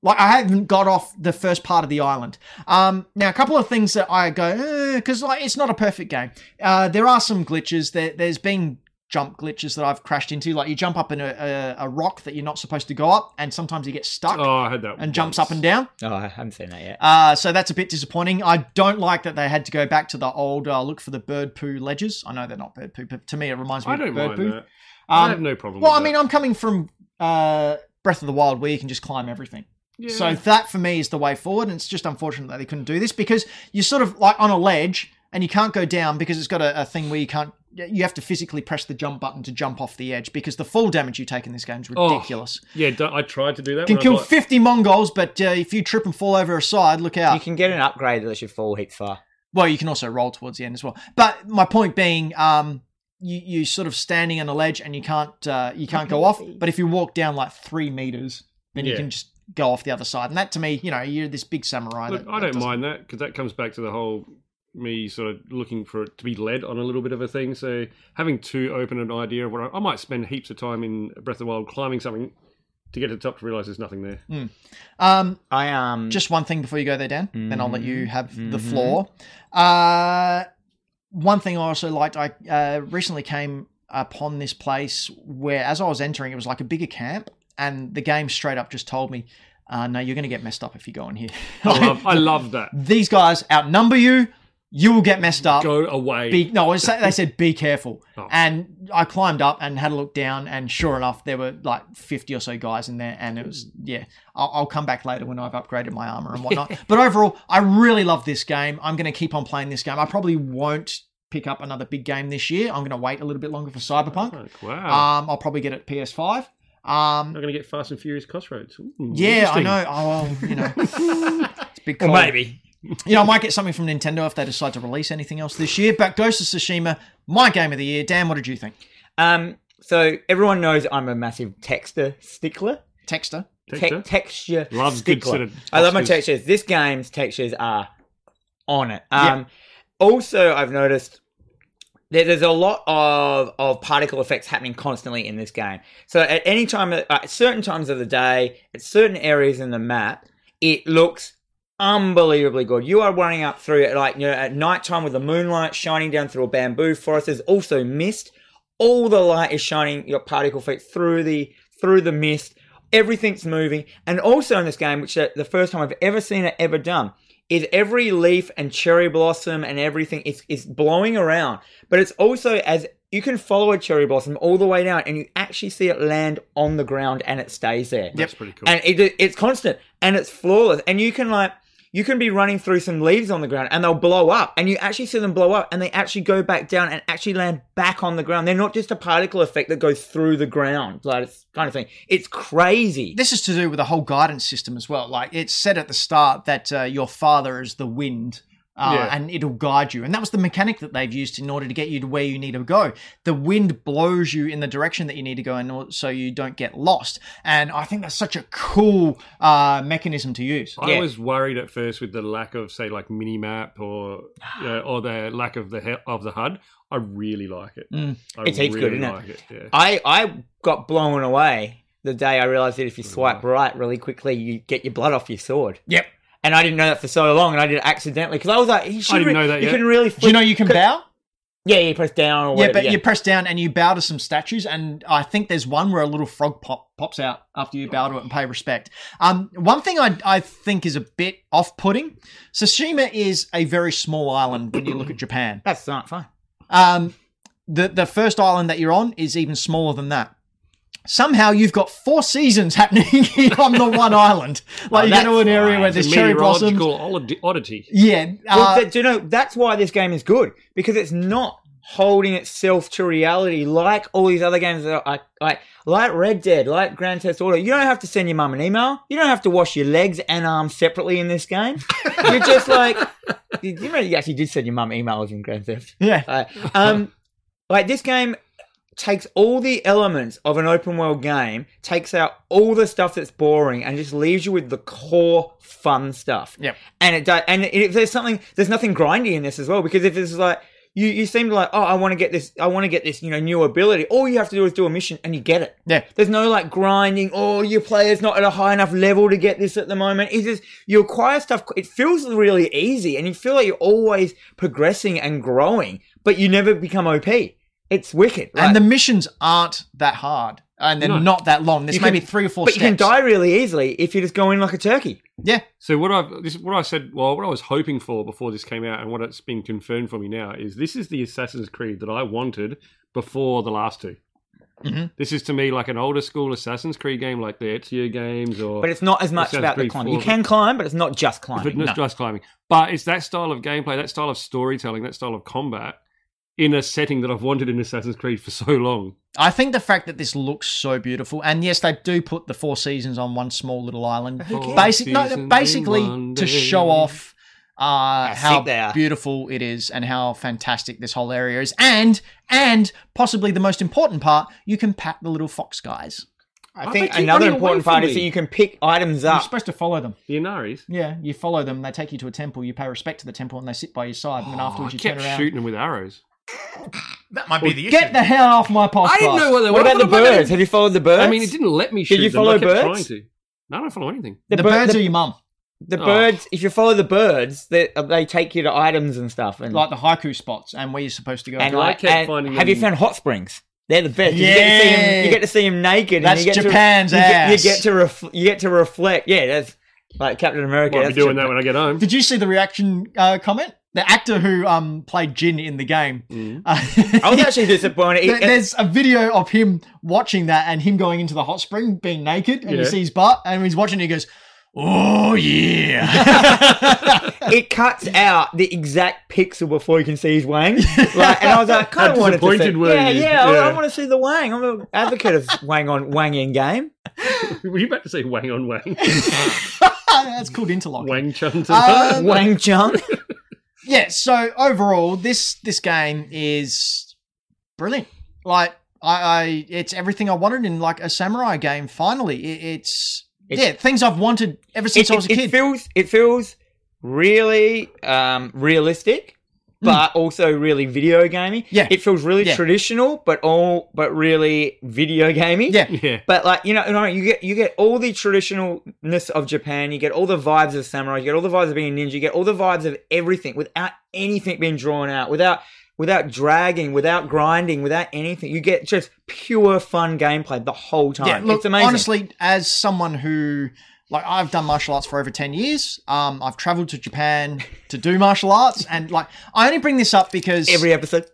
Speaker 1: like i haven't got off the first part of the island um now a couple of things Uh, that i go because like it's not a perfect game uh there are some glitches there there's been jump glitches that I've crashed into. Like you jump up in a, a, a rock that you're not supposed to go up, and sometimes you get stuck
Speaker 3: Oh, I had that.
Speaker 1: and jumps
Speaker 3: once.
Speaker 1: up and down.
Speaker 2: Oh, I haven't seen that yet.
Speaker 1: Uh, so that's a bit disappointing. I don't like that they had to go back to the old uh, look for the bird poo ledges. I know they're not bird poo, but to me it reminds me
Speaker 3: I
Speaker 1: of
Speaker 3: don't
Speaker 1: bird
Speaker 3: mind
Speaker 1: poo.
Speaker 3: that. I have
Speaker 1: Um,
Speaker 3: no problem.
Speaker 1: well, I
Speaker 3: with
Speaker 1: mean,
Speaker 3: that.
Speaker 1: I'm coming from uh, Breath of the Wild where you can just climb everything.
Speaker 3: Yeah.
Speaker 1: So that for me is the way forward, and it's just unfortunate that they couldn't do this because you're sort of like on a ledge and you can't go down because it's got a, a thing where you can't. You have to physically press the jump button to jump off the edge because the fall damage you take in this game is
Speaker 3: Oh,
Speaker 1: ridiculous.
Speaker 3: yeah, don't- I tried to do that.
Speaker 1: you can
Speaker 3: when I
Speaker 1: kill
Speaker 3: got-
Speaker 1: 50 Mongols, but uh, if you trip and fall over a side, look out.
Speaker 2: you can get an upgrade that lets you fall heaps far.
Speaker 1: well, you can also roll towards the end as well. But my point being, um, you you sort of standing on a ledge and you can't uh, you can't go off. But if you walk down like three meters, then you
Speaker 3: Yeah.
Speaker 1: can just go off the other side. And that to me, you know, you're this big samurai.
Speaker 3: Look,
Speaker 1: that, that
Speaker 3: I don't
Speaker 1: doesn't-
Speaker 3: mind that because that comes back to the whole me sort of looking for it to be led on a little bit of a thing. So having too open an idea of what I, I might spend heaps of time in Breath of the Wild climbing something to get to the top to realize there's nothing there.
Speaker 1: Um,
Speaker 2: I um
Speaker 1: just one thing before you go there, Dan. Then I'll let you have the
Speaker 2: Mhm.
Speaker 1: floor. Uh, one thing I also liked, I uh, recently came upon this place where, as I was entering, it was like a bigger camp, and the game straight up just told me, uh, "No, you're going to get messed up if you go in here."
Speaker 3: Oh, I love, I love that.
Speaker 1: these guys outnumber you. You will get messed up.
Speaker 3: Go away.
Speaker 1: Be, no, it's- they said be careful.
Speaker 3: Oh.
Speaker 1: And I climbed up and had a look down, and sure enough, there were like fifty or so guys in there, and it was yeah. I'll, I'll come back later when I've upgraded my armor and whatnot. but overall, I really love this game. I'm going to keep on playing this game. I probably won't pick up another big game this year. I'm going to wait a little bit longer for Cyberpunk.
Speaker 3: Fuck, wow.
Speaker 1: Um, I'll probably get it PS5. Um,
Speaker 3: I'm going to get Fast and Furious Crossroads. Ooh,
Speaker 1: yeah, I
Speaker 3: interesting.
Speaker 1: know. Oh, well, you know, it's a big.
Speaker 2: Well,
Speaker 1: call.
Speaker 2: maybe.
Speaker 1: You know, I might get something from Nintendo if they decide to release anything else this year. But Ghost of Tsushima, my game of the year. Dan, what did you think?
Speaker 2: Um, so everyone knows I'm a massive texture stickler.
Speaker 1: Texter.
Speaker 3: Texture?
Speaker 2: Te- texture
Speaker 3: Loves good
Speaker 2: stickler.
Speaker 3: sort of
Speaker 2: I love my
Speaker 3: textures.
Speaker 2: textures. This game's textures are on it. Um, Also, I've noticed that there's a lot of, of particle effects happening constantly in this game. So at any time, uh, at certain times of the day, at certain areas in the map, it looks unbelievably good. You are running up through it like you know at nighttime with the moonlight shining down through a bamboo forest. There's also mist. All the light is shining your particle effect through the through the mist. Everything's moving, and also in this game, which uh, the first time I've ever seen it ever done, is every leaf and cherry blossom and everything is is blowing around. But it's also as you can follow a cherry blossom all the way down, and you actually see it land on the ground, and it stays there
Speaker 3: That's pretty cool.
Speaker 2: and it, it's constant and it's flawless and you can like you can be running through some leaves on the ground and they'll blow up and you actually see them blow up and they actually go back down and actually land back on the ground they're not just a particle effect that goes through the ground like it's kind of thing it's crazy
Speaker 1: This is to do with the whole guidance system as well. Like it's said at the start that uh, your father is the wind. Uh,
Speaker 3: Yeah.
Speaker 1: And it'll guide you. And that was the mechanic that they've used in order to get you to where you need to go. The wind blows you in the direction that you need to go in or- so you don't get lost. And I think that's such a cool uh, mechanism to use.
Speaker 2: Yeah.
Speaker 3: I was worried at first with the lack of, say, like mini map or uh, or the lack of the he- of the HUD. I really like it.
Speaker 1: Mm.
Speaker 3: I
Speaker 2: It's heaps
Speaker 3: really
Speaker 2: good, isn't it? Uh,
Speaker 3: like it. yeah.
Speaker 2: i i got blown away the day i realized that if you swipe right really quickly you get your blood off your sword
Speaker 1: Yep.
Speaker 2: and i didn't know that for so long and i did it accidentally because i was like you should
Speaker 3: didn't
Speaker 2: re-
Speaker 3: know that
Speaker 2: you
Speaker 3: yet.
Speaker 2: can really
Speaker 1: Do you
Speaker 2: flip-
Speaker 1: know you can bow?
Speaker 2: yeah you press down or
Speaker 1: Yeah,
Speaker 2: whatever
Speaker 1: but you press down and you bow to some statues, and I think there's one where a little frog pop, pops out after you bow to it and pay respect. Um, one thing I, I think is a bit off-putting. Tsushima is a very small island when you look at Japan.
Speaker 2: that's not fine
Speaker 1: Um, the the first island that you're on is even smaller than that. Somehow you've got four seasons happening on the one island. Like you go to
Speaker 2: Oh, that's
Speaker 1: an area
Speaker 2: fine.
Speaker 1: where
Speaker 3: It's
Speaker 1: there's
Speaker 3: a
Speaker 1: cherry blossoms.
Speaker 3: meteorological odd- oddity.
Speaker 1: Yeah,
Speaker 2: Well,
Speaker 1: uh,
Speaker 2: th- do you know that's why this game is good because it's not holding itself to reality like all these other games that are like like Red Dead, like Grand Theft Auto. You don't have to send your mum an email. You don't have to wash your legs and arms separately in this game. You're just like you you know you actually did send your mum emails in Grand Theft.
Speaker 1: yeah.
Speaker 2: Uh, um, like this game takes all the elements of an open world game, takes out all the stuff that's boring, and just leaves you with the core fun stuff.
Speaker 1: Yep.
Speaker 2: And it does. And if there's something, there's nothing grindy in this as well because if it's like. You, you seem like oh I want to get this I want to get this you know new ability all you have to do is do a mission and you get it
Speaker 1: Yeah.
Speaker 2: there's no like grinding oh your player's not at a high enough level to get this at the moment it's just you acquire stuff it feels really easy and you feel like you're always progressing and growing but you never become OP It's wicked.
Speaker 1: And
Speaker 2: like-
Speaker 1: the missions aren't that hard, and they're
Speaker 3: No.
Speaker 1: not that long. There's
Speaker 2: You
Speaker 1: maybe
Speaker 2: can-
Speaker 1: three or four.
Speaker 2: but
Speaker 1: steps.
Speaker 2: you can die really easily if you just go in like a turkey.
Speaker 1: Yeah,
Speaker 3: So what I this what I said well what I was hoping for before this came out and what it's been confirmed for me now is this is the Assassin's Creed that I wanted before the last 2
Speaker 2: Mm-hmm.
Speaker 1: Mhm.
Speaker 3: This is to me like an older school Assassin's Creed game like the Ezio games or
Speaker 2: But it's not as much
Speaker 3: sounds
Speaker 2: about the
Speaker 3: pretty
Speaker 2: climbing. You
Speaker 3: forward.
Speaker 2: can climb, but it's not just
Speaker 3: but
Speaker 2: climbing.
Speaker 3: not just climbing. But it's that style of gameplay, that style of storytelling, that style of combat in a setting that I've wanted in Assassin's Creed for so long.
Speaker 1: I think the fact that this looks so beautiful, and yes, they do put the Four Seasons on one small little island,
Speaker 2: Who cares?
Speaker 1: Basic, no,
Speaker 3: Seasons in
Speaker 1: basically
Speaker 3: one
Speaker 1: to
Speaker 3: day.
Speaker 1: show off uh,
Speaker 2: How sick
Speaker 1: how
Speaker 2: they are.
Speaker 1: beautiful it is and how fantastic this whole area is, and and possibly the most important part, you can pat the little fox guys.
Speaker 2: I
Speaker 3: Why
Speaker 2: think
Speaker 3: they keep
Speaker 2: another
Speaker 3: running away
Speaker 2: important
Speaker 3: from
Speaker 2: part is
Speaker 3: me?
Speaker 2: that you can pick items
Speaker 3: Ah.
Speaker 1: You're
Speaker 2: up.
Speaker 1: supposed to follow them.
Speaker 3: The Inaris.
Speaker 1: Yeah, you follow them. They take you to a temple. You pay respect to the temple, and they sit by your side. And then
Speaker 3: Oh, I
Speaker 1: afterwards, you turn
Speaker 3: kept
Speaker 1: around.
Speaker 3: shooting them with arrows.
Speaker 4: That might be the issue.
Speaker 1: Get the hell off my podcast!
Speaker 3: I didn't know what they were.
Speaker 2: What about the
Speaker 3: I thought I
Speaker 2: birds? Have you followed the birds?
Speaker 3: I mean, it didn't let me shoot
Speaker 2: you
Speaker 3: them, I
Speaker 2: follow
Speaker 3: kept
Speaker 2: birds?
Speaker 3: Trying to. No, I don't follow anything.
Speaker 1: The,
Speaker 2: bir-
Speaker 1: birds
Speaker 2: the-
Speaker 1: are your mum,
Speaker 2: The
Speaker 3: Oh.
Speaker 2: birds, if you follow the birds, they, they take you to items and stuff. And,
Speaker 1: like the haiku spots, and where you're supposed to go.
Speaker 2: Mm. and
Speaker 3: I
Speaker 2: like,
Speaker 3: kept
Speaker 2: and
Speaker 3: finding
Speaker 2: have you
Speaker 3: them-
Speaker 2: found hot springs? They're the best. You get to see 'em-
Speaker 1: Yeah.
Speaker 2: you get to see them naked.
Speaker 1: That's
Speaker 2: and you get
Speaker 1: Japan's
Speaker 2: to, you get-
Speaker 1: ass.
Speaker 2: You get, to ref, you get to reflect. Yeah, that's like Captain America.
Speaker 3: Might be
Speaker 2: that's
Speaker 3: doing
Speaker 2: Japan.
Speaker 3: that when I get home.
Speaker 1: Did you see the reaction uh, comment? The actor who um, played Jin in the game.
Speaker 3: Mm.
Speaker 1: uh,
Speaker 2: I was actually disappointed.
Speaker 1: there- There's a video of him watching that and him going into the hot spring being naked, and you
Speaker 3: Yeah.
Speaker 1: see his butt, and he's watching. it, He goes, "Oh yeah."
Speaker 2: it cuts out the exact pixel before you can see his wang. Like, and I was like, kind
Speaker 3: How
Speaker 2: of wanted to see.
Speaker 3: disappointed were
Speaker 2: yeah,
Speaker 3: you?
Speaker 2: yeah, I- I,
Speaker 3: Yeah.
Speaker 2: want to see the wang. I'm an advocate of wang on wang in game.
Speaker 3: Were you about to say Wang on Wang?
Speaker 1: That's called interlock.
Speaker 3: Wang Chun to
Speaker 1: Uh,
Speaker 2: Wang Chung.
Speaker 1: yeah so overall this this game is brilliant like i, I it's everything i wanted in like a samurai game finally it, it's,
Speaker 2: It's-
Speaker 1: yeah things i've wanted ever since
Speaker 2: it,
Speaker 1: i was a
Speaker 2: it-
Speaker 1: kid
Speaker 2: It feels it feels really um, realistic, but also really video gamey.
Speaker 1: Hmm. Yeah.
Speaker 2: it feels really
Speaker 1: Yeah.
Speaker 2: traditional, but all but really video gamey.
Speaker 1: yeah
Speaker 3: yeah.
Speaker 2: But like you know, you know, you get you get all the traditionalness of Japan. You get all the vibes of samurai. You get all the vibes of being a ninja. You get all the vibes of everything without anything being drawn out. Without without dragging. Without grinding. Without anything. You get just pure fun gameplay the whole time.
Speaker 1: Yeah, look,
Speaker 2: it's amazing.
Speaker 1: honestly, as someone who like I've done martial arts for over ten years, um, I've traveled to Japan to do martial arts, and like I only bring this up because
Speaker 2: every episode.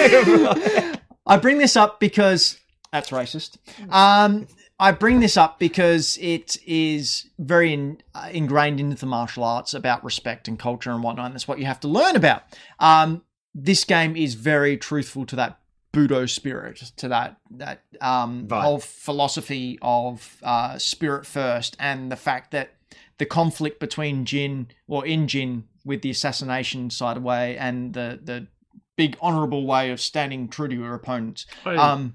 Speaker 1: I bring this up because that's racist. Um, I bring this up because it is very in, uh, ingrained into the martial arts about respect and culture and whatnot. And that's what you have to learn about. Um, this game is very truthful to that Budo spirit, to that that um,
Speaker 2: Vibe.
Speaker 1: whole philosophy of uh, spirit first, and the fact that the conflict between Jin or in Jin with the assassination side of way and the the big honorable way of standing true to your opponents.
Speaker 3: I,
Speaker 1: Um,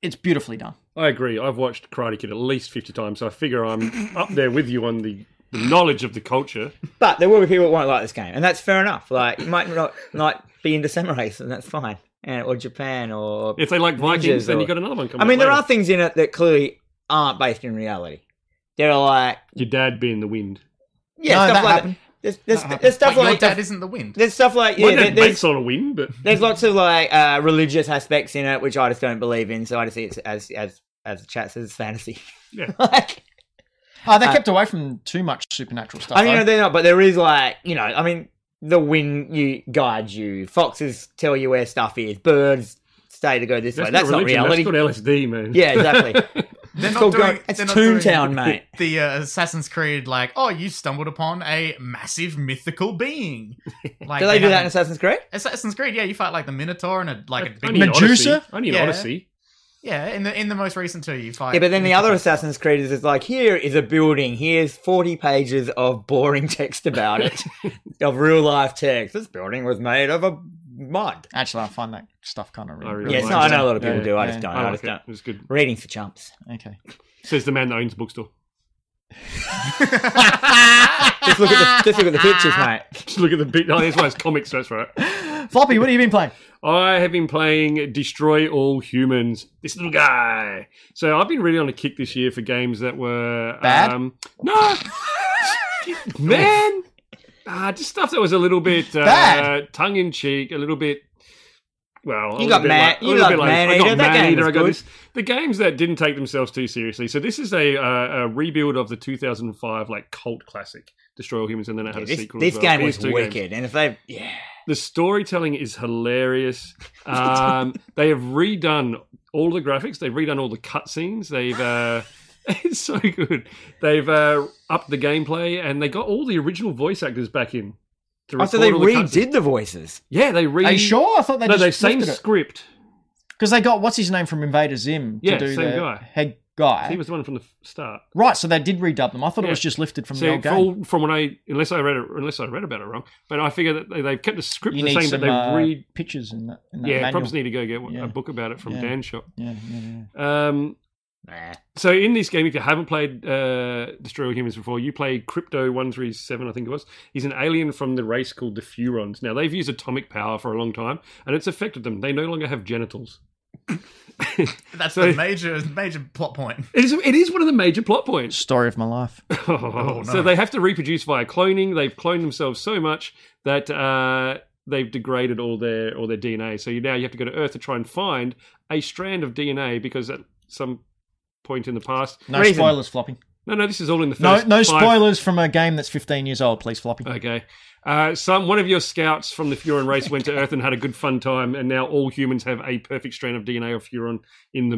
Speaker 1: it's beautifully done.
Speaker 3: I agree. I've watched Karate Kid at least 50 times, so I figure I'm up there with you on the, the knowledge of the culture.
Speaker 2: But there will be people that won't like this game, and that's fair enough. Like you might not not be into samurais, and that's fine, and, or Japan, or
Speaker 3: If they like Vikings,
Speaker 2: Ninjas
Speaker 3: then
Speaker 2: or-
Speaker 3: you got another one coming
Speaker 2: I mean,
Speaker 3: up
Speaker 2: there are
Speaker 3: later.
Speaker 2: things in it that clearly aren't based in reality. There are like
Speaker 3: Your dad being the wind.
Speaker 1: No,
Speaker 2: yeah, stuff
Speaker 1: that
Speaker 2: like
Speaker 1: happened.
Speaker 2: There's, there's,
Speaker 1: That happened.
Speaker 2: there's stuff
Speaker 4: But your
Speaker 2: like
Speaker 4: dad isn't the wind.
Speaker 2: there's stuff like yeah,
Speaker 3: My dad
Speaker 2: there- there's,
Speaker 3: makes on a win, but
Speaker 2: there's lots of like uh, religious aspects in it which I just don't believe in, so I just see it as as as the chat says fantasy.
Speaker 3: Yeah.
Speaker 2: like,
Speaker 1: Uh, they
Speaker 2: Uh,
Speaker 1: kept away from too much supernatural stuff.
Speaker 2: I mean,
Speaker 1: though.
Speaker 2: no, they're not, but there is like, you know, I mean, the wind you guides you, foxes tell you where stuff is, birds stay to go this way. That's not
Speaker 3: religion,
Speaker 2: reality.
Speaker 3: That's called LSD, man.
Speaker 2: yeah, exactly.
Speaker 4: They're
Speaker 2: it's
Speaker 4: not
Speaker 2: called
Speaker 4: doing,
Speaker 2: going, it's
Speaker 4: they're not doing
Speaker 2: Toontown, mate.
Speaker 4: The uh, Assassin's Creed, like, oh, you stumbled upon a massive mythical being. Like,
Speaker 2: Do they do that in
Speaker 4: haven't-
Speaker 2: Assassin's Creed?
Speaker 4: Assassin's Creed? Yeah, you fight like the Minotaur and a like a
Speaker 3: I
Speaker 4: big
Speaker 3: need an
Speaker 1: Medusa?
Speaker 3: Odyssey. I need
Speaker 4: Yeah.
Speaker 3: an Odyssey.
Speaker 4: yeah. In the in the most recent two, you fight.
Speaker 2: Yeah, but then the
Speaker 4: mythical-
Speaker 2: other Assassin's Creed is it's like, here is a building, here's 40 pages of boring text about it, of real life text. This building was made of a mud.
Speaker 1: Actually, I find that stuff kind of
Speaker 3: I
Speaker 1: really.
Speaker 3: really
Speaker 2: Yeah, it's
Speaker 3: like
Speaker 2: not, I
Speaker 3: that.
Speaker 2: know a lot of people
Speaker 1: Yeah,
Speaker 2: do, I
Speaker 1: yeah.
Speaker 2: just don't.
Speaker 3: I
Speaker 2: I
Speaker 3: like
Speaker 2: just
Speaker 3: it.
Speaker 2: don't.
Speaker 3: It's good.
Speaker 2: Reading for chumps.
Speaker 1: Okay.
Speaker 3: Says the man that owns the bookstore.
Speaker 2: Just look at the, just look at the pictures, mate.
Speaker 3: Just look at the big. Oh, that's why it's comics. That's right.
Speaker 1: Floppy, what have you been playing?
Speaker 3: I have been playing Destroy All Humans. This little guy. So I've been really on a kick this year for games that were
Speaker 1: Bad?
Speaker 3: Um, no, um, man. Ah, just stuff that was a little bit uh,
Speaker 1: Bad.
Speaker 3: tongue in cheek, a little bit. Well, a
Speaker 2: You
Speaker 3: little
Speaker 2: got
Speaker 3: bit
Speaker 2: Man-
Speaker 3: like- a
Speaker 2: you
Speaker 3: little
Speaker 2: like
Speaker 3: bit like, I
Speaker 2: Man-Eater.
Speaker 3: got
Speaker 2: That game
Speaker 3: Man-Eater,
Speaker 2: was
Speaker 3: I got
Speaker 2: good.
Speaker 3: this. The games that didn't take themselves too seriously. So this is a, uh, a rebuild of the 2005 like cult classic, Destroy All Humans, and then it had
Speaker 2: Yeah,
Speaker 3: a
Speaker 2: this
Speaker 3: sequel.
Speaker 2: this
Speaker 3: as well.
Speaker 2: game
Speaker 3: These
Speaker 2: was
Speaker 3: two games.
Speaker 2: wicked, and if they yeah,
Speaker 3: The storytelling is hilarious. Um, they have redone all the graphics. They've redone all the cutscenes. They've uh, it's so good. They've uh, upped the gameplay and they got all the original voice actors back in. to
Speaker 2: oh, so
Speaker 3: record
Speaker 2: they
Speaker 3: all the cutscenes.
Speaker 2: redid the voices.
Speaker 3: Yeah, they re.
Speaker 1: Are you sure? I thought they
Speaker 3: no, they
Speaker 1: just
Speaker 3: same script.
Speaker 1: because they got what's his name from Invader Zim
Speaker 3: Yeah,
Speaker 1: to do
Speaker 3: same
Speaker 1: the
Speaker 3: guy.
Speaker 1: head guy.
Speaker 3: He was the one from the f- start.
Speaker 1: Right, so they did redub them. I thought it
Speaker 3: Yeah.
Speaker 1: was just lifted from the
Speaker 3: So
Speaker 1: old game.
Speaker 3: from, from when I, unless I read it, unless I read about it wrong, but I figure that they, they've kept the script
Speaker 1: you
Speaker 3: the
Speaker 1: need
Speaker 3: same.
Speaker 1: some
Speaker 3: but they
Speaker 1: uh,
Speaker 3: read.
Speaker 1: pictures in that, in that
Speaker 3: Yeah,
Speaker 1: manual.
Speaker 3: probably need to go get one,
Speaker 1: Yeah.
Speaker 3: a book about it from
Speaker 1: Yeah.
Speaker 3: Dan Shop.
Speaker 1: Yeah, yeah, yeah.
Speaker 3: Um,
Speaker 2: Nah.
Speaker 3: So in this game, if you haven't played uh, Destroy All Humans before, you play Crypto One Three Seven, I think it was. He's an alien from the race called the Furons. Now they've used atomic power for a long time, and it's affected them. They no longer have genitals.
Speaker 4: That's
Speaker 3: So-
Speaker 4: the major major plot point.
Speaker 3: It is it is one of the major plot points.
Speaker 1: Story of my life.
Speaker 4: Oh,
Speaker 3: So
Speaker 4: no.
Speaker 3: they have to reproduce via cloning. They've cloned themselves so much that uh, they've degraded all their all their DNA. So you, now you have to go to Earth to try and find a strand of DNA because at some point in the past,
Speaker 1: No
Speaker 2: Reason.
Speaker 1: spoilers, Floppy.
Speaker 3: no, no, this is all in the
Speaker 1: No,
Speaker 3: first
Speaker 1: no
Speaker 3: five-
Speaker 1: spoilers from a game that's 15 years old, please, Floppy.
Speaker 3: Okay. Uh, some one of your scouts from the Furon race went to Earth and had a good fun time, and now all humans have a perfect strand of DNA of Furon in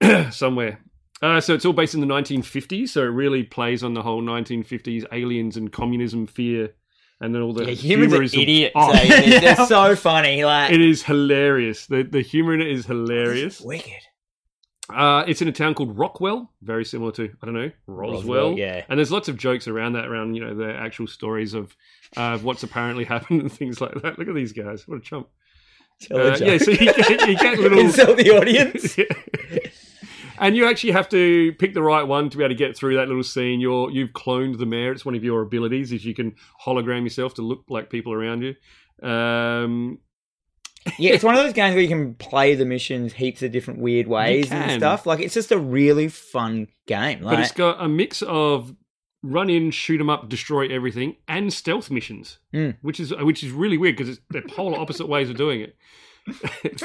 Speaker 3: them somewhere. Uh, so it's all based in the 1950s, so it really plays on the whole 1950s aliens and communism fear, and then all the
Speaker 2: Yeah, humans are
Speaker 3: humor is
Speaker 2: idiots.
Speaker 3: Oh,
Speaker 2: eh? They're- They're so funny. Like
Speaker 3: it is hilarious. The the humor in it is hilarious.
Speaker 2: wicked.
Speaker 3: Uh, it's in a town called Rockwell, very similar to I don't know Roswell.
Speaker 2: Roswell, yeah.
Speaker 3: And there's lots of jokes around that, around you know the actual stories of uh, what's apparently happened and things like that. Look at these guys, what a chump!
Speaker 2: Tell a
Speaker 3: Uh,
Speaker 2: joke.
Speaker 3: yeah, so you get, you get little
Speaker 2: Insult the audience.
Speaker 3: and you actually have to pick the right one to be able to get through that little scene. You're you've cloned the mayor. It's one of your abilities is you can hologram yourself to look like people around you. Um,
Speaker 2: yeah, it's one of those games where you can play the missions heaps of different weird ways
Speaker 3: can.
Speaker 2: and stuff. Like it's just a really fun game.
Speaker 3: but
Speaker 2: Like
Speaker 3: it's got a mix of run in, shoot 'em up, destroy everything, and stealth missions,
Speaker 2: Mm.
Speaker 3: which is which is really weird because they're polar opposite ways of doing it.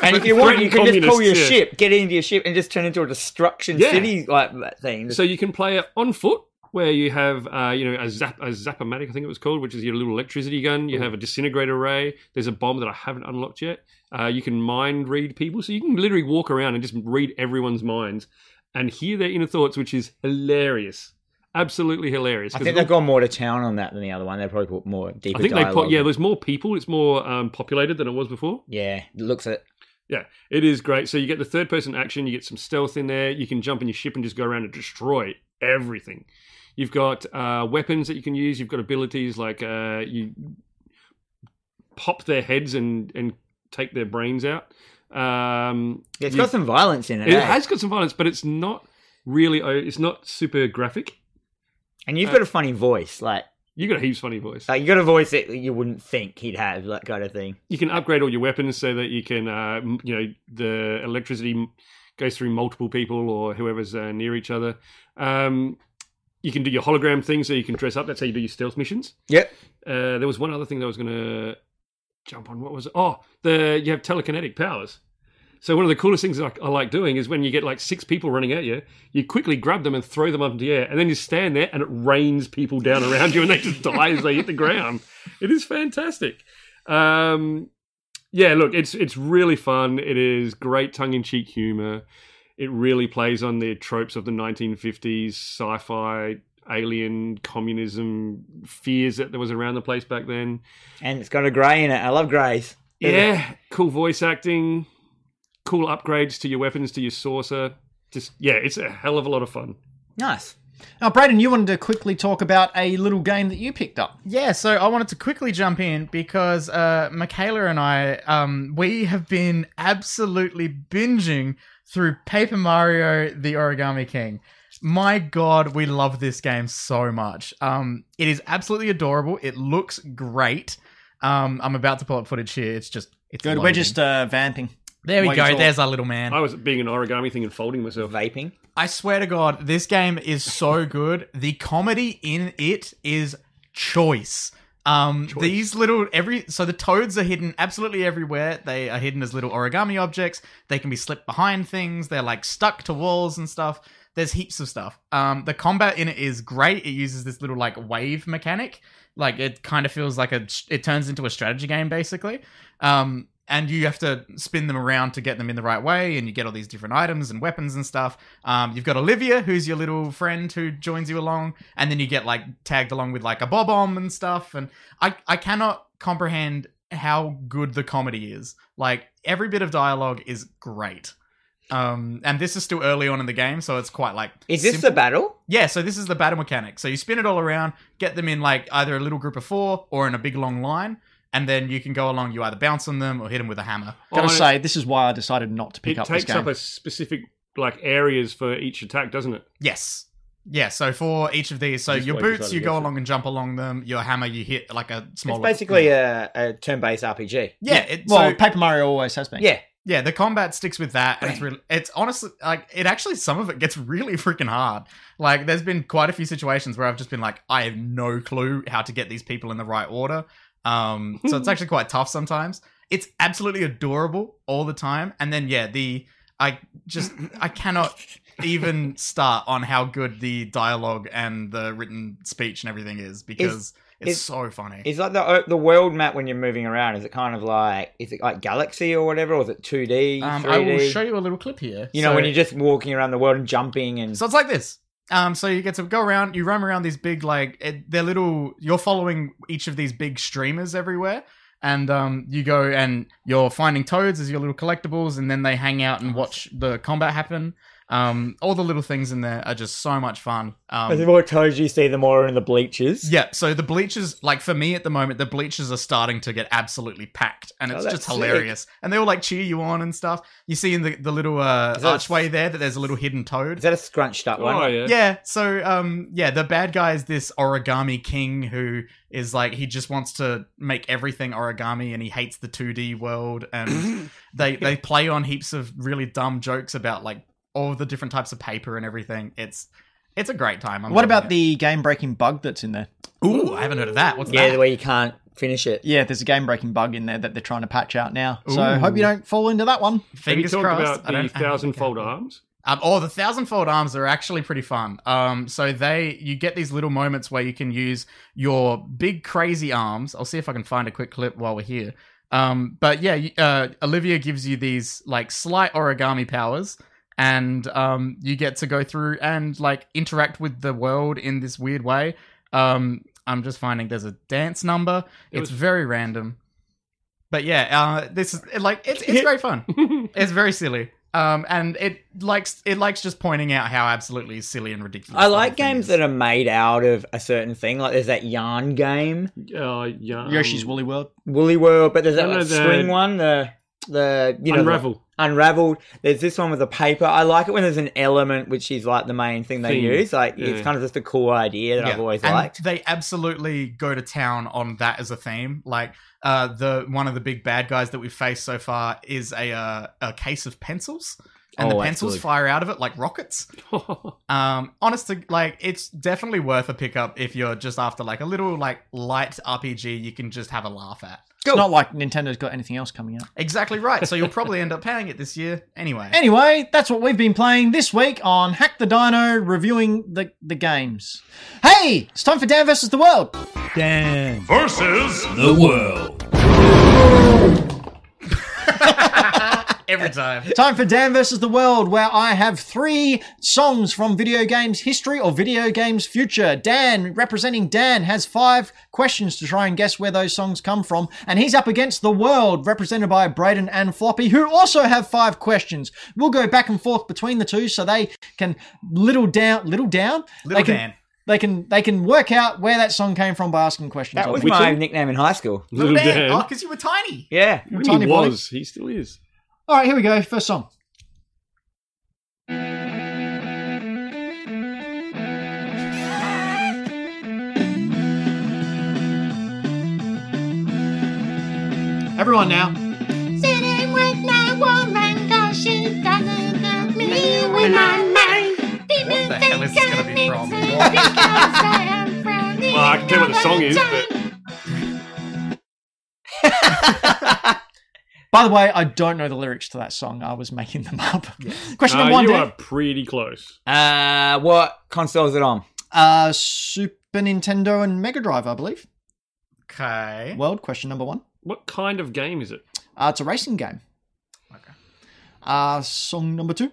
Speaker 2: and if you want, you can just pull your
Speaker 3: Communists, yeah.
Speaker 2: ship, get into your ship, and just turn into a destruction
Speaker 3: Yeah.
Speaker 2: city like that thing.
Speaker 3: So you can play it on foot, where you have uh, you know a zap a zappomatic, I think it was called, which is your little electricity gun. You have a disintegrator ray. There's a bomb that I haven't unlocked yet. Uh, you can mind read people, so you can literally walk around and just read everyone's minds and hear their inner thoughts, which is hilarious, absolutely hilarious.
Speaker 2: I
Speaker 3: 'Cause
Speaker 2: think they've gone more to town on that than the other one. They probably put more deeper.
Speaker 3: I think they put
Speaker 2: dialogue.
Speaker 3: yeah, there's more people. It's more um, populated than it was before.
Speaker 2: yeah, it looks at
Speaker 3: Yeah, it is great. So you get the third person action, you get some stealth in there, you can jump in your ship and just go around and destroy everything. You've got uh, weapons that you can use, you've got abilities like uh, you pop their heads and, and take their brains out. Um,
Speaker 2: It's
Speaker 3: you-
Speaker 2: got some violence in it.
Speaker 3: it
Speaker 2: eh?
Speaker 3: has got some violence, but it's not really, o- it's not super graphic.
Speaker 2: and
Speaker 3: uh,
Speaker 2: you've got a funny voice. Like,
Speaker 3: You got a heaps funny voice.
Speaker 2: like you got a voice that you wouldn't think he'd have. That kind of thing.
Speaker 3: you can upgrade all your weapons so that you can, uh, m- you know, the electricity m- goes through multiple people or whoever's uh, near each other. Um, you can do your hologram thing, so you can dress up. That's how you do your stealth missions.
Speaker 2: Yep.
Speaker 3: Uh, there was one other thing that I was going to jump on. What was it? Oh, the you have telekinetic powers. So one of the coolest things I, I like doing is when you get like six people running at you, you quickly grab them and throw them up into the air, and then you stand there and it rains people down around you, and they just die as they hit the ground. It is fantastic. Um, yeah, look, it's it's really fun. It is great tongue in cheek humor. It really plays on the tropes of the 1950s sci-fi, alien, communism fears that there was around the place back then.
Speaker 2: And it's got a grey in it. I love greys.
Speaker 3: Yeah, cool voice acting, cool upgrades to your weapons, to your saucer. Just yeah, it's a hell of a lot of fun.
Speaker 2: Nice.
Speaker 1: Now, Braden, you wanted to quickly talk about a little game that you picked up.
Speaker 4: Yeah, so I wanted to quickly jump in because uh, Michaela and I, um, we have been absolutely binging through Paper Mario: The Origami King. My God, we love this game so much. Um, it is absolutely adorable. It looks great. Um, I'm about to pull up footage here. It's just it's
Speaker 1: Good, we're
Speaker 4: loading.
Speaker 1: just uh, vamping.
Speaker 4: there. We
Speaker 1: why you
Speaker 4: go.
Speaker 1: talk.
Speaker 4: There's our little man.
Speaker 3: I was being an origami thing and folding myself.
Speaker 2: Vaping.
Speaker 4: I swear to God, this game is so good. The comedy in it is choice. Um, these little every so the toads are hidden absolutely everywhere. They are hidden as little origami objects. They can be slipped behind things. They're like stuck to walls and stuff. There's heaps of stuff. Um, the combat in it is great. It uses this little like wave mechanic. Like it kind of feels like a it turns into a strategy game basically. Um, and you have to spin them around to get them in the right way, and you get all these different items and weapons and stuff. Um, you've got Olivia, who's your little friend who joins you along, and then you get like tagged along with like a bob bomb and stuff. And I I cannot comprehend how good the comedy is. Like every bit of dialogue is great. Um, and this is still early on in the game, so it's quite like
Speaker 2: Is this
Speaker 4: simple.
Speaker 2: the battle?
Speaker 4: Yeah, so this is the battle mechanic. So you spin it all around, get them in like either a little group of four or in a big long line, and then you can go along. You either bounce on them or hit them with a hammer.
Speaker 1: Gotta
Speaker 3: Oh, and
Speaker 1: say, this is why I decided not to pick
Speaker 3: it
Speaker 1: up this
Speaker 3: takes
Speaker 1: game.
Speaker 3: up a specific like areas for each attack, doesn't it?
Speaker 4: Yes. Yeah, so for each of these, so
Speaker 3: Just
Speaker 4: your
Speaker 3: wait
Speaker 4: boots,
Speaker 3: beside
Speaker 4: you
Speaker 3: the
Speaker 4: go
Speaker 3: exit.
Speaker 4: along and jump along them. Your hammer, you hit like a small.
Speaker 2: It's basically a, a turn-based RPG.
Speaker 4: yeah. It,
Speaker 1: well,
Speaker 4: so,
Speaker 1: Paper Mario always has been.
Speaker 2: Yeah,
Speaker 4: yeah, the combat sticks with that, and it's really, it's honestly like it actually some of it gets really freaking hard. Like, there's been quite a few situations where I've just been like, I have no clue how to get these people in the right order. Um, so it's actually quite tough sometimes. It's absolutely adorable all the time, and then yeah, the I just I cannot even start on how good the dialogue and the written speech and everything is because it's,
Speaker 2: is-
Speaker 4: so funny.
Speaker 2: it's like the the world map when you're moving around. Is it kind of like is it like Galaxy or whatever, or is it two D,
Speaker 4: um, I
Speaker 2: three
Speaker 4: will
Speaker 2: D?
Speaker 4: show you a little clip here.
Speaker 2: You know, when
Speaker 4: So-
Speaker 2: you're just walking around the world and jumping and
Speaker 4: So it's like this. Um, so you get to go around, you roam around these big, like, it, they're little, you're following each of these big streamers everywhere. And um, you go and you're finding toads as your little collectibles, and then they hang out and watch the combat happen. Um, all the little things in there are just so much fun. Um,
Speaker 2: the more toads you see, the more are in the bleachers.
Speaker 4: yeah, so the bleachers, like for me at the moment, the bleachers are starting to get absolutely packed, and it's
Speaker 2: Oh,
Speaker 4: just
Speaker 2: that's
Speaker 4: hilarious. And they all like cheer you on and stuff. You see in the, the little uh,
Speaker 2: Is that-
Speaker 4: archway there that there's a little hidden toad.
Speaker 2: Is that a scrunched up one?
Speaker 3: Oh yeah.
Speaker 4: Yeah, so um yeah, the bad guy is this origami king who is like he just wants to make everything origami and he hates the 2D world and they they play on heaps of really dumb jokes about like all the different types of paper and everything. It's it's a great time. I'm
Speaker 1: What
Speaker 4: loving
Speaker 1: about the game breaking bug that's in there?
Speaker 4: it. Ooh, I haven't heard of that. What's
Speaker 2: Yeah,
Speaker 4: that?
Speaker 2: the way you can't finish it.
Speaker 1: Yeah, there's a game breaking bug in there that they're trying to patch out now. So
Speaker 4: Ooh.
Speaker 1: hope you don't fall into that one.
Speaker 3: Have you
Speaker 4: Fingers
Speaker 3: talked
Speaker 4: crossed. I
Speaker 3: about the
Speaker 4: don't- I don't think I
Speaker 3: thousand-fold
Speaker 4: have.
Speaker 3: arms?
Speaker 4: Um, oh, the thousandfold arms are actually pretty fun. Um, so they you get these little moments where you can use your big crazy arms. I'll see if I can find a quick clip while we're here. Um, but yeah, you- uh, Olivia gives you these like slight origami powers, and um, you get to go through and like interact with the world in this weird way. Um, I'm just finding there's a dance number.
Speaker 3: It
Speaker 4: it's
Speaker 3: was-
Speaker 4: very random. But yeah, uh, this is like it's it's great fun.
Speaker 1: Uh,
Speaker 4: It's very silly. Um, and it likes it likes just pointing out how absolutely silly and ridiculous.
Speaker 2: I
Speaker 4: the whole
Speaker 2: like
Speaker 4: thing
Speaker 2: games
Speaker 4: is.
Speaker 2: that are made out of a certain thing. Like there's that yarn game,
Speaker 3: Uh, yeah.
Speaker 1: Yoshi's
Speaker 3: um,
Speaker 1: Woolly World.
Speaker 2: Woolly World, but there's that
Speaker 3: No, no,
Speaker 2: like,
Speaker 3: the-
Speaker 2: string one, the the you know the-
Speaker 3: Unravel.
Speaker 2: Unraveled. There's this one with the paper. I like it when there's an element which is like the main thing they
Speaker 3: Thing.
Speaker 2: use. Like
Speaker 3: Yeah.
Speaker 2: it's kind of just a cool idea that I've
Speaker 4: Yeah.
Speaker 2: always
Speaker 4: And
Speaker 2: liked.
Speaker 4: They absolutely go to town on that as a theme. Like uh, the one of the big bad guys that we've faced so far is a uh, a case of pencils, and
Speaker 2: Oh,
Speaker 4: the
Speaker 2: that's
Speaker 4: pencils
Speaker 2: good.
Speaker 4: fire out of it like rockets. Um, honest to like, it's definitely worth a pickup if you're just after like a little like light RPG you can just have a laugh at.
Speaker 1: It's not like Nintendo's got anything else coming out.
Speaker 4: Exactly right. So you'll probably end up paying it this year anyway.
Speaker 1: Anyway, that's what we've been playing this week on Hack the Dino, reviewing the, the games. Hey, it's time for Dan versus the World. Dan.
Speaker 6: The world.
Speaker 4: Every time.
Speaker 1: Time for Dan versus the World, where I have three songs from video games history or video games future. Dan, representing Dan, has five questions to try and guess where those songs come from, and he's up against the world, represented by Braden and Floppy, who also have five questions. We'll go back and forth between the two, so they can little down, little down, they
Speaker 4: Little
Speaker 1: can,
Speaker 4: Dan.
Speaker 1: they can they can work out where that song came from by asking questions.
Speaker 2: that was
Speaker 1: of it.
Speaker 2: my nickname in high school.
Speaker 3: Little
Speaker 4: Little
Speaker 3: Dan.
Speaker 4: Dan.
Speaker 1: uh,
Speaker 4: Oh, because you were tiny.
Speaker 2: Yeah.
Speaker 3: He
Speaker 1: Tiny boy.
Speaker 3: was. He still is.
Speaker 1: All right, here we go. First song. Everyone now.
Speaker 7: Sitting with my woman, cause she doesn't help me with my mind. People
Speaker 4: What the hell is this gonna be from?
Speaker 7: I'm from
Speaker 3: Well, I can tell you what the song is, but-
Speaker 7: England.
Speaker 1: By the way, I don't know the lyrics to that song. I was making them up. Question
Speaker 3: Uh,
Speaker 1: number one,
Speaker 3: you
Speaker 1: Dave.
Speaker 3: are pretty close.
Speaker 2: Uh, what console is it on?
Speaker 1: Uh, Super Nintendo and Mega Drive, I believe.
Speaker 4: Okay.
Speaker 1: World question number one.
Speaker 3: What kind of game is it?
Speaker 1: Uh, it's a racing game.
Speaker 4: Okay.
Speaker 1: Uh, song number two.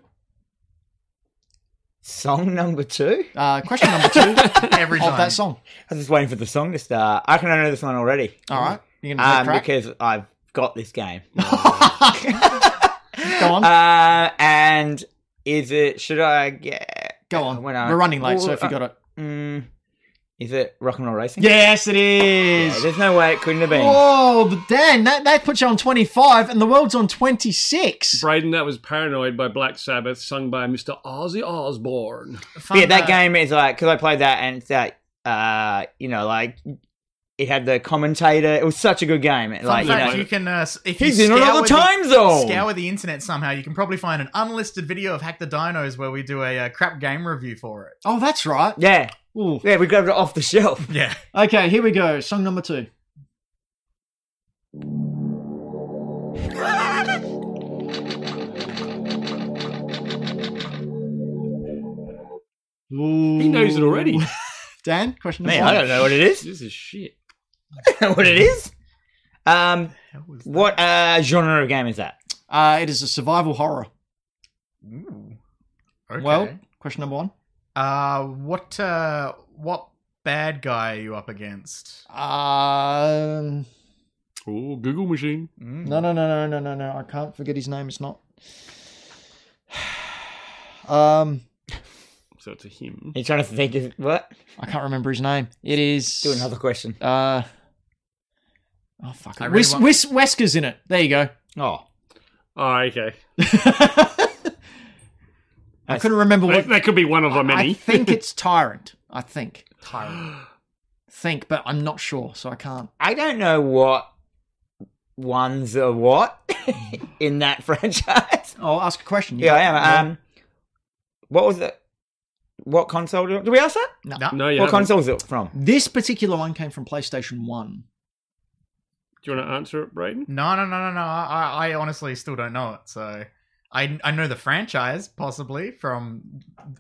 Speaker 2: Song number two?
Speaker 1: Uh, question number two of
Speaker 4: Every time.
Speaker 1: that song.
Speaker 2: I was just waiting for the song to start. I can know this one already.
Speaker 1: All right, you're gonna have
Speaker 2: Um,
Speaker 1: a crack.
Speaker 2: because I've got this game.
Speaker 1: Go
Speaker 4: Oh.
Speaker 1: on,
Speaker 2: Uh, and is it? Should I get?
Speaker 1: go on.
Speaker 2: when I-
Speaker 1: We're running late, so
Speaker 2: Well,
Speaker 1: if you
Speaker 2: uh,
Speaker 1: got it.
Speaker 2: Mm, is it rock and roll racing?
Speaker 1: Yes, it is.
Speaker 2: Yeah, there's no way it couldn't have been.
Speaker 4: Oh,
Speaker 1: Whoa, but Dan, that, that puts you on 25, and the world's on 26.
Speaker 3: Braden, that was Paranoid by Black Sabbath, sung by Mr. Ozzy Osbourne.
Speaker 2: But
Speaker 4: Fun
Speaker 2: yeah, that
Speaker 4: fact-
Speaker 2: game is like because I played that and it's that uh, you know, like it had the commentator. It was such a good game. It,
Speaker 4: Fun
Speaker 2: like you
Speaker 4: fact,
Speaker 2: know,
Speaker 4: you, can uh, s- if
Speaker 2: he's
Speaker 4: you
Speaker 2: in another
Speaker 4: scour the-
Speaker 2: time zone.
Speaker 4: Scour the internet somehow. You can probably find an unlisted video of Hack the Dinos where we do a uh, crap game review for it.
Speaker 1: Oh, that's right.
Speaker 2: Yeah,
Speaker 1: Ooh.
Speaker 2: yeah, we grabbed it off the shelf.
Speaker 4: Yeah.
Speaker 1: Okay, here we go. Song number two. Ooh.
Speaker 3: He knows it already.
Speaker 1: Dan, question number
Speaker 2: Man, I
Speaker 1: one.
Speaker 2: don't know what it is.
Speaker 3: this is shit.
Speaker 2: what it is? Um,
Speaker 4: How was that?
Speaker 2: what uh genre of game is that?
Speaker 1: Uh, it is a survival horror.
Speaker 4: Ooh. Okay.
Speaker 1: Well, question number one.
Speaker 4: uh, what uh, what bad guy are you up against?
Speaker 1: Um,
Speaker 3: Oh, Google machine.
Speaker 4: Mm.
Speaker 1: no, no, no, no, no, no, no. I can't forget his name. It's not. Um,
Speaker 3: So it's a him.
Speaker 2: Are you trying to think of what?
Speaker 1: I can't remember his name. It is.
Speaker 2: Do another question.
Speaker 1: Uh, oh fuck!
Speaker 4: I
Speaker 1: It.
Speaker 4: really
Speaker 1: Wis,
Speaker 4: want-
Speaker 1: Wis, Wesker's in it. There you go.
Speaker 2: Oh,
Speaker 3: Oh, okay.
Speaker 1: I couldn't remember what.
Speaker 3: That, that could be one of the
Speaker 1: I
Speaker 3: many.
Speaker 1: think it's Tyrant. I think Tyrant. think, but I'm not sure, so I can't.
Speaker 2: I don't know what ones are what in that franchise.
Speaker 1: I'll ask a question. You
Speaker 2: Yeah, I
Speaker 1: got-
Speaker 2: am. Um, what was it? What console? Did did we ask that?
Speaker 3: no, you
Speaker 2: what
Speaker 3: haven't.
Speaker 2: console is it from?
Speaker 1: this particular one came from PlayStation One.
Speaker 3: Do you want to answer it, Braden?
Speaker 4: No, no, no, no, no. I, I- I honestly still don't know it. So I, I know the franchise possibly from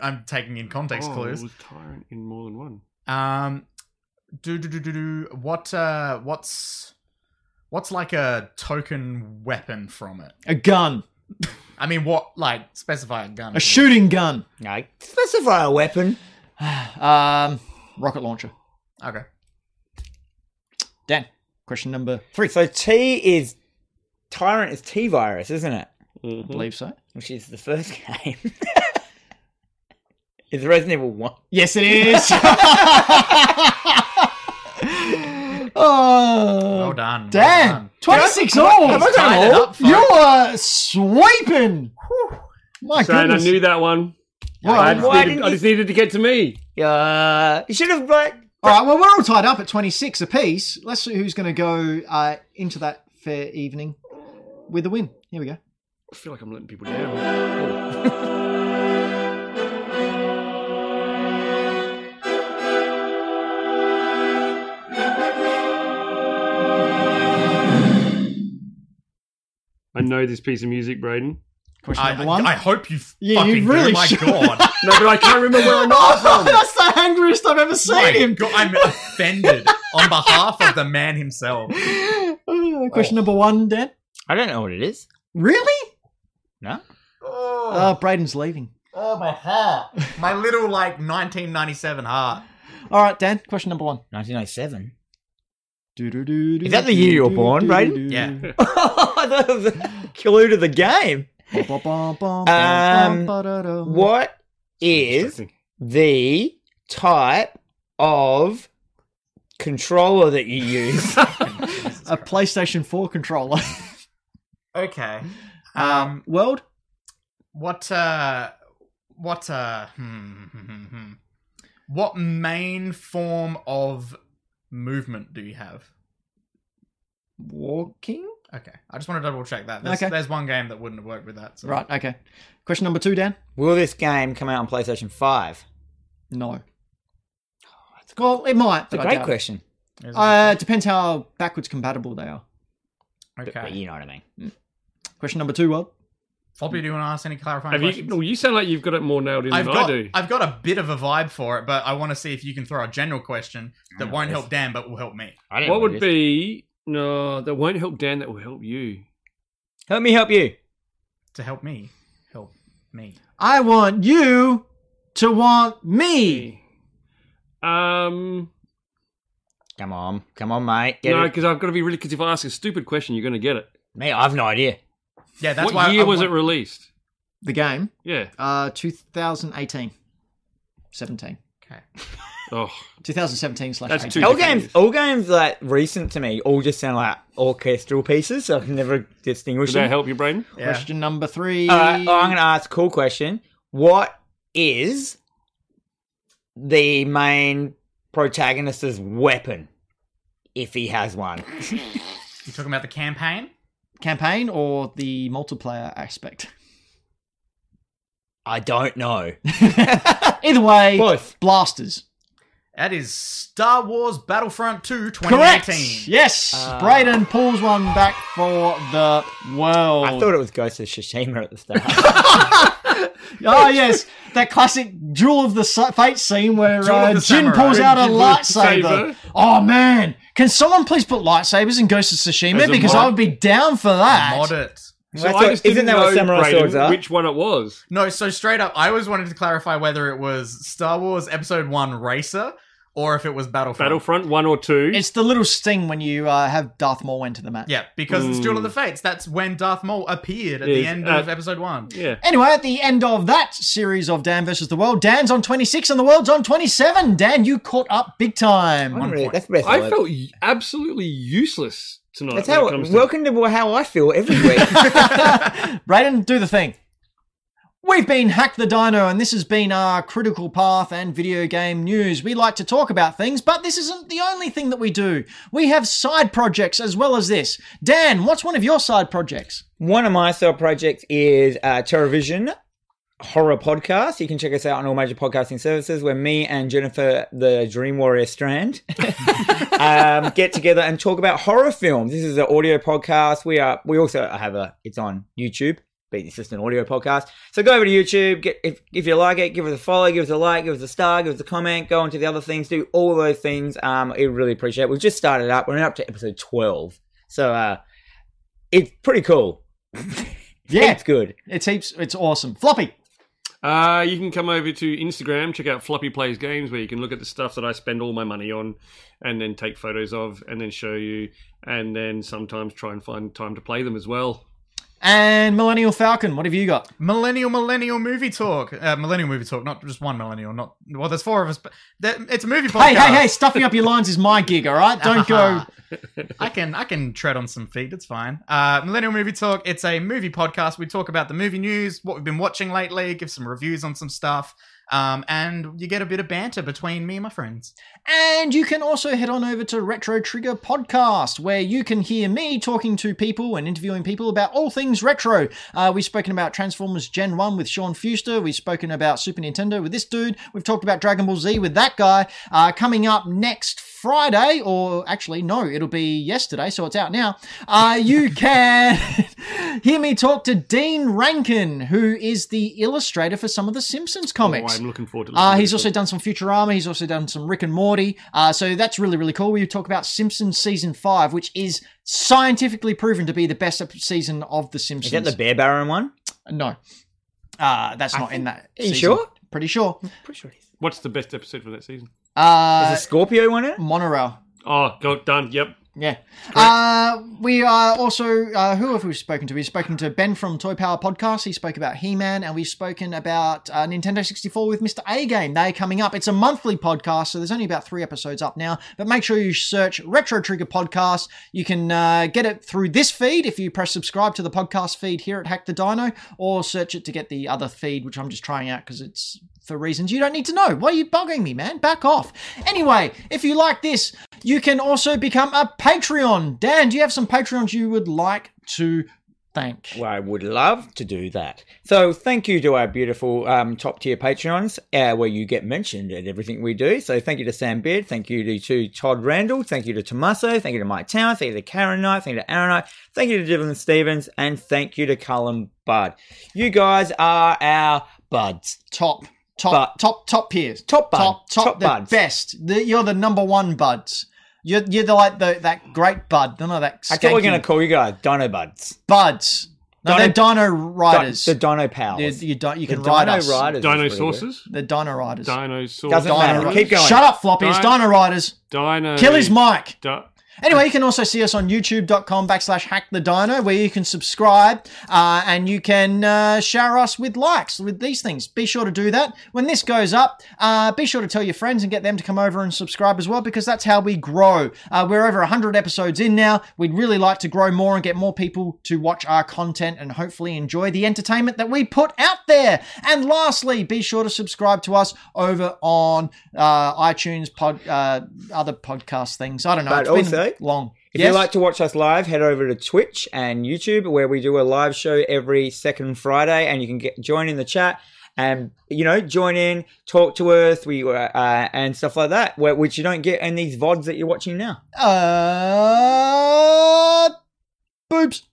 Speaker 4: I'm taking in context
Speaker 3: oh,
Speaker 4: clues.
Speaker 3: It was Tyrant in more than one.
Speaker 4: Um, do do do do do. What uh, what's what's like a token weapon from it?
Speaker 1: A gun,
Speaker 4: I mean, what like specify a gun?
Speaker 1: a shooting gun,
Speaker 2: No, specify a weapon.
Speaker 1: um, rocket launcher.
Speaker 4: Okay.
Speaker 1: Dan, question number three.
Speaker 2: So T is Tyrant is T virus, isn't it?
Speaker 1: I
Speaker 3: Mm-hmm.
Speaker 1: believe so.
Speaker 2: Which is the first game. is Resident Evil One?
Speaker 1: Yes, it is. oh,
Speaker 4: Well done.
Speaker 1: Dan,
Speaker 4: Well done.
Speaker 1: 26 all.
Speaker 2: Have I got
Speaker 4: Tied it
Speaker 2: them all?
Speaker 4: up,
Speaker 1: You
Speaker 4: folks.
Speaker 1: are sweeping. My
Speaker 3: So I
Speaker 1: goodness.
Speaker 3: knew that one. I,
Speaker 1: Well,
Speaker 3: just
Speaker 2: Why
Speaker 1: all
Speaker 2: didn't
Speaker 3: needed, I
Speaker 2: you-
Speaker 3: just needed to get to me.
Speaker 2: Uh, you should have. But
Speaker 1: right, well, we're all tied up at 26 apiece. Let's see who's going to go uh, into that fair evening with a win. Here we go.
Speaker 3: I feel like I'm letting people down. I know this piece of music, Braden.
Speaker 1: Question
Speaker 4: I,
Speaker 1: number one.
Speaker 4: I, I hope you
Speaker 1: Yeah,
Speaker 4: fucking
Speaker 1: you really
Speaker 4: do. My
Speaker 1: should.
Speaker 4: god.
Speaker 3: No, but I can't remember where I know it
Speaker 1: Oh,
Speaker 3: from.
Speaker 1: that's the hungriest I've ever seen
Speaker 4: My
Speaker 1: him.
Speaker 4: god. I'm offended on behalf of the man himself.
Speaker 1: Uh, question number one, Dan.
Speaker 2: I don't know what it is.
Speaker 1: Really?
Speaker 2: No.
Speaker 1: Oh, Braden's leaving.
Speaker 4: Oh my heart. My little like 1997 heart.
Speaker 1: All right, Dan, question number one.
Speaker 2: oh 1997.
Speaker 1: Is
Speaker 2: Is that the year you were born, Braden?
Speaker 4: Yeah.
Speaker 2: I thought it was a clue to the game. Um,
Speaker 1: what?
Speaker 2: What is the type of controller that you use?
Speaker 1: A PlayStation 4 controller.
Speaker 4: Okay.
Speaker 1: Um,
Speaker 4: Um,
Speaker 1: world?
Speaker 4: what uh what uh hmm, hmm, hmm, hmm. what main form of movement do you have
Speaker 1: Walking?
Speaker 4: okay i just want to double check that there's,
Speaker 1: Okay.
Speaker 4: there's one game that wouldn't have worked with that so.
Speaker 1: Right, okay. Question number two, Dan?
Speaker 2: Will this game come out on PlayStation 5?
Speaker 1: No. Well, it might.
Speaker 2: It's
Speaker 1: but
Speaker 2: a
Speaker 1: I
Speaker 2: great
Speaker 1: doubt it.
Speaker 2: question.
Speaker 4: There's-
Speaker 1: Uh, it depends how backwards compatible they are.
Speaker 2: But, but
Speaker 4: okay
Speaker 2: you know what I mean.
Speaker 1: Question number two, Well,
Speaker 4: Floppy, do you want to ask any clarifying
Speaker 3: Have you?
Speaker 4: questions?
Speaker 3: Well, you sound like you've got it more nailed in
Speaker 4: I've
Speaker 3: than
Speaker 4: got,
Speaker 3: I do.
Speaker 4: have got a bit of a vibe for it, but I want to see if you can throw a general question that
Speaker 2: Oh,
Speaker 4: won't
Speaker 2: yes.
Speaker 4: help Dan but will help me.
Speaker 2: I don't know
Speaker 3: what would
Speaker 2: it is.
Speaker 3: be? No, that won't help Dan. That will help you.
Speaker 2: Help me help you.
Speaker 4: To help me, help me.
Speaker 1: I want you to want me.
Speaker 3: Um,
Speaker 2: Come on. Come on, mate. Get
Speaker 3: no,
Speaker 2: it.
Speaker 3: because I've got to be really. Because if I ask a stupid question, you're going to get it.
Speaker 2: Mate, I have no idea.
Speaker 4: Yeah, that's
Speaker 3: what
Speaker 4: why.
Speaker 3: year
Speaker 4: I
Speaker 3: was
Speaker 4: want-
Speaker 3: it released?
Speaker 1: The game,
Speaker 3: Yeah.
Speaker 1: uh, 2018, 17,
Speaker 4: Okay.
Speaker 3: Oh,
Speaker 1: 2017 slash
Speaker 3: That's
Speaker 1: 18.
Speaker 3: two-
Speaker 2: All
Speaker 3: different
Speaker 2: games, all games like recent to me, all just sound like orchestral pieces. So I can never distinguish
Speaker 3: did that
Speaker 2: them.
Speaker 3: help you, Braden?
Speaker 4: Yeah.
Speaker 1: Question number
Speaker 3: Uh,
Speaker 1: three.
Speaker 2: Alright, oh, I'm going to ask a cool question. What is the main protagonist's weapon, if he has one?
Speaker 4: You talking about the campaign?
Speaker 1: campaign or the multiplayer aspect?
Speaker 2: I don't know.
Speaker 1: Either way,
Speaker 2: Both.
Speaker 1: blasters.
Speaker 4: That is Star Wars Battlefront 2 2018.
Speaker 1: Correct. Yes.
Speaker 2: Uh,
Speaker 1: Brayden pulls one back for the world.
Speaker 2: I thought it was Ghost of Tsushima at the start.
Speaker 1: oh yes, that classic Jewel of the Sa- Fate scene where
Speaker 4: Jewel of
Speaker 1: uh,
Speaker 4: the
Speaker 1: Jin
Speaker 4: Samurai.
Speaker 1: pulls out a
Speaker 3: Jin pulls the
Speaker 1: lightsaber.
Speaker 3: saber.
Speaker 1: Oh man, can someone please put lightsabers in Ghost of Tsushima
Speaker 3: As a
Speaker 1: because
Speaker 3: mod-
Speaker 1: I would be down for that.
Speaker 4: Mod it.
Speaker 2: That's what- isn't that what samurai
Speaker 3: Braden,
Speaker 2: swords are?
Speaker 3: Which one it was?
Speaker 4: No, so straight up, I always wanted to clarify whether it was Star Wars Episode 1 Racer or if it was Battlefront.
Speaker 3: Battlefront one or two?
Speaker 1: It's the little sting when you uh, have Darth Maul enter the map.
Speaker 4: Yeah, because it's Duel of
Speaker 3: Mm.
Speaker 4: the Fates. That's when Darth Maul appeared at
Speaker 3: Yes,
Speaker 4: the end
Speaker 3: uh,
Speaker 4: of Episode 1.
Speaker 3: yeah.
Speaker 1: Anyway, at the end of that series of Dan versus the World, Dan's on 26 and the World's on 27. Dan, you caught up big time.
Speaker 2: I'm really-
Speaker 4: point.
Speaker 2: that's the best
Speaker 3: I
Speaker 2: word.
Speaker 3: felt y- absolutely useless tonight.
Speaker 2: That's
Speaker 3: when
Speaker 2: how.
Speaker 3: it comes to-
Speaker 2: welcome to how I feel every week.
Speaker 1: Brayden, do the thing. We've been Hack the Dino, and this has been our critical path and video game news. We like to talk about things, but this isn't the only thing that we do. We have side projects as well as this. Dan, what's one of your side projects?
Speaker 2: One of my side projects is uh, Terrorvision Horror Podcast. You can check us out on all major podcasting services where me and Jennifer, the Dream Warrior Strand, um, get together and talk about horror films. This is an audio podcast. We are. We also have a. It's on YouTube. But it's just an audio podcast. So go over to YouTube. Get if, if you like it, give us a follow, give us a like, give us a star, give us a comment. Go on to the other things. Do all those things. Um, we really appreciate. it. We've just started up. We're up to episode twelve. So uh, it's pretty cool.
Speaker 1: Yeah.
Speaker 2: it's good.
Speaker 1: It's heaps, it's awesome. Floppy.
Speaker 3: Uh, you can come over to Instagram, check out Floppy Plays Games, where you can look at the stuff that I spend all my money on and then take photos of and then show you, and then sometimes try and find time to play them as well.
Speaker 1: And Millennial Falcon, what have you got?
Speaker 4: Millennial Millennial Movie Talk. Uh, millennial Movie Talk, not just one millennial, not well, there's four of us, but that, it's a movie podcast.
Speaker 1: Hey, hey, hey, stuffing up your lines is my gig, all right? Don't go.
Speaker 4: I can I can tread on some feet. It's fine. Uh, Millennial Movie Talk. It's a movie podcast. We talk about the movie news, what we've been watching lately, give some reviews on some stuff, um, and you get a bit of banter between me and my friends.
Speaker 1: And you can also head on over to Retro Trigger Podcast, where you can hear me talking to people and interviewing people about all things retro. Uh, we've spoken about Transformers Gen 1 with Sean Fuster. We've spoken about Super Nintendo with this dude. We've talked about Dragon Ball Z with that guy. Uh, coming up next Friday, or actually, no, it'll be yesterday, so it's out now. Uh, you can hear me talk to Dean Rankin, who is the illustrator for some of the Simpsons comics.
Speaker 3: Oh, I'm looking forward to
Speaker 4: Ah,
Speaker 1: Uh,
Speaker 3: listening
Speaker 1: he's
Speaker 3: to
Speaker 1: also
Speaker 3: it.
Speaker 1: done some Futurama. He's also done some Rick and Morty. Uh, so that's really, really cool. We talk about Simpsons season five, which is scientifically proven to be the best ep- season of The
Speaker 2: Is
Speaker 1: Simpsons.
Speaker 2: that the Bear Baron one?
Speaker 1: no, uh, that's not in that.
Speaker 2: Are you
Speaker 1: season.
Speaker 2: sure?
Speaker 1: Pretty sure.
Speaker 2: Pretty sure it is.
Speaker 3: What's the best episode for that season?
Speaker 1: Uh,
Speaker 2: Is the Scorpio one in it?
Speaker 1: monorail.
Speaker 3: Oh, go done. Yep.
Speaker 1: Yeah. Uh, we are also, uh, who have we spoken to? We've spoken to Ben from Toy Power Podcast. He spoke about He Man, and we've spoken about uh, Nintendo 64 with Mr. A Game. They're coming up. It's a monthly podcast, so there's only about three episodes up now. But make sure you search Retro Trigger Podcast. You can uh, get it through this feed if you press subscribe to the podcast feed here at Hack the Dino, or search it to get the other feed, which I'm just trying out because it's for reasons you don't need to know. Why are you bugging me, man? Back off. Anyway, if you like this, you can also become a Patreon. Dan, do you have some Patreons you would like to thank?
Speaker 2: Well, I would love to do that. So, thank you to our beautiful um, top tier Patreons, uh, where you get mentioned at everything we do. So, thank you to Sam Beard. Thank you to, to Todd Randall. Thank you to Tommaso. Thank you to Mike Town. Thank you to Karen Knight. Thank you to Aaron Knight. Thank you to Dylan Stevens. And thank you to Cullen Bud. You guys are our buds.
Speaker 1: Top, top,
Speaker 2: But-
Speaker 1: top, top peers.
Speaker 2: Top bud.
Speaker 1: top, top,
Speaker 2: Top
Speaker 1: the
Speaker 2: buds.
Speaker 1: best. The, you're the number one buds. You're, you're the like the that great bud. No, no, that
Speaker 2: I thought we were
Speaker 1: skanky
Speaker 2: going to call you guys Dino Buds.
Speaker 1: buds. No,
Speaker 2: Dino-
Speaker 1: they're dino
Speaker 2: Di-
Speaker 1: riders.
Speaker 2: the Dino Pals.
Speaker 1: you, you, don't- you
Speaker 2: The
Speaker 1: can ride
Speaker 2: Dino
Speaker 1: us.
Speaker 2: Riders. is
Speaker 3: Dino
Speaker 2: pretty good.
Speaker 3: sources?
Speaker 1: The dino riders.
Speaker 3: Dino sources.
Speaker 2: Doesn't
Speaker 1: Dino
Speaker 2: matter.
Speaker 1: riders.
Speaker 2: Keep going.
Speaker 1: Shut up, floppy. It's
Speaker 3: Dino-
Speaker 1: dino riders.
Speaker 3: Dino.
Speaker 1: Kill his mic.
Speaker 3: Di-
Speaker 1: Anyway, you can also see us on youtube.com backslash hack the dino, where you can subscribe uh, and you can uh, shower us with likes with these things. Be sure to do that. When this goes up, uh, be sure to tell your friends and get them to come over and subscribe as well, because that's how we grow. Uh, we're over 100 episodes in now. We'd really like to grow more and get more people to watch our content and hopefully enjoy the entertainment that we put out there. And lastly, be sure to subscribe to us over on uh, iTunes, pod, uh, other podcast things. I don't know.
Speaker 2: But
Speaker 1: It's been
Speaker 2: also-
Speaker 1: long.
Speaker 2: If
Speaker 1: Yes?
Speaker 2: you'd like to watch us live, head over to Twitch and YouTube, where we do a live show every second Friday, and you can get join in the chat and you know join in, talk to us, we uh, uh, and stuff like that, where, which you don't get in these vods that you're watching now.
Speaker 1: uh, boobs.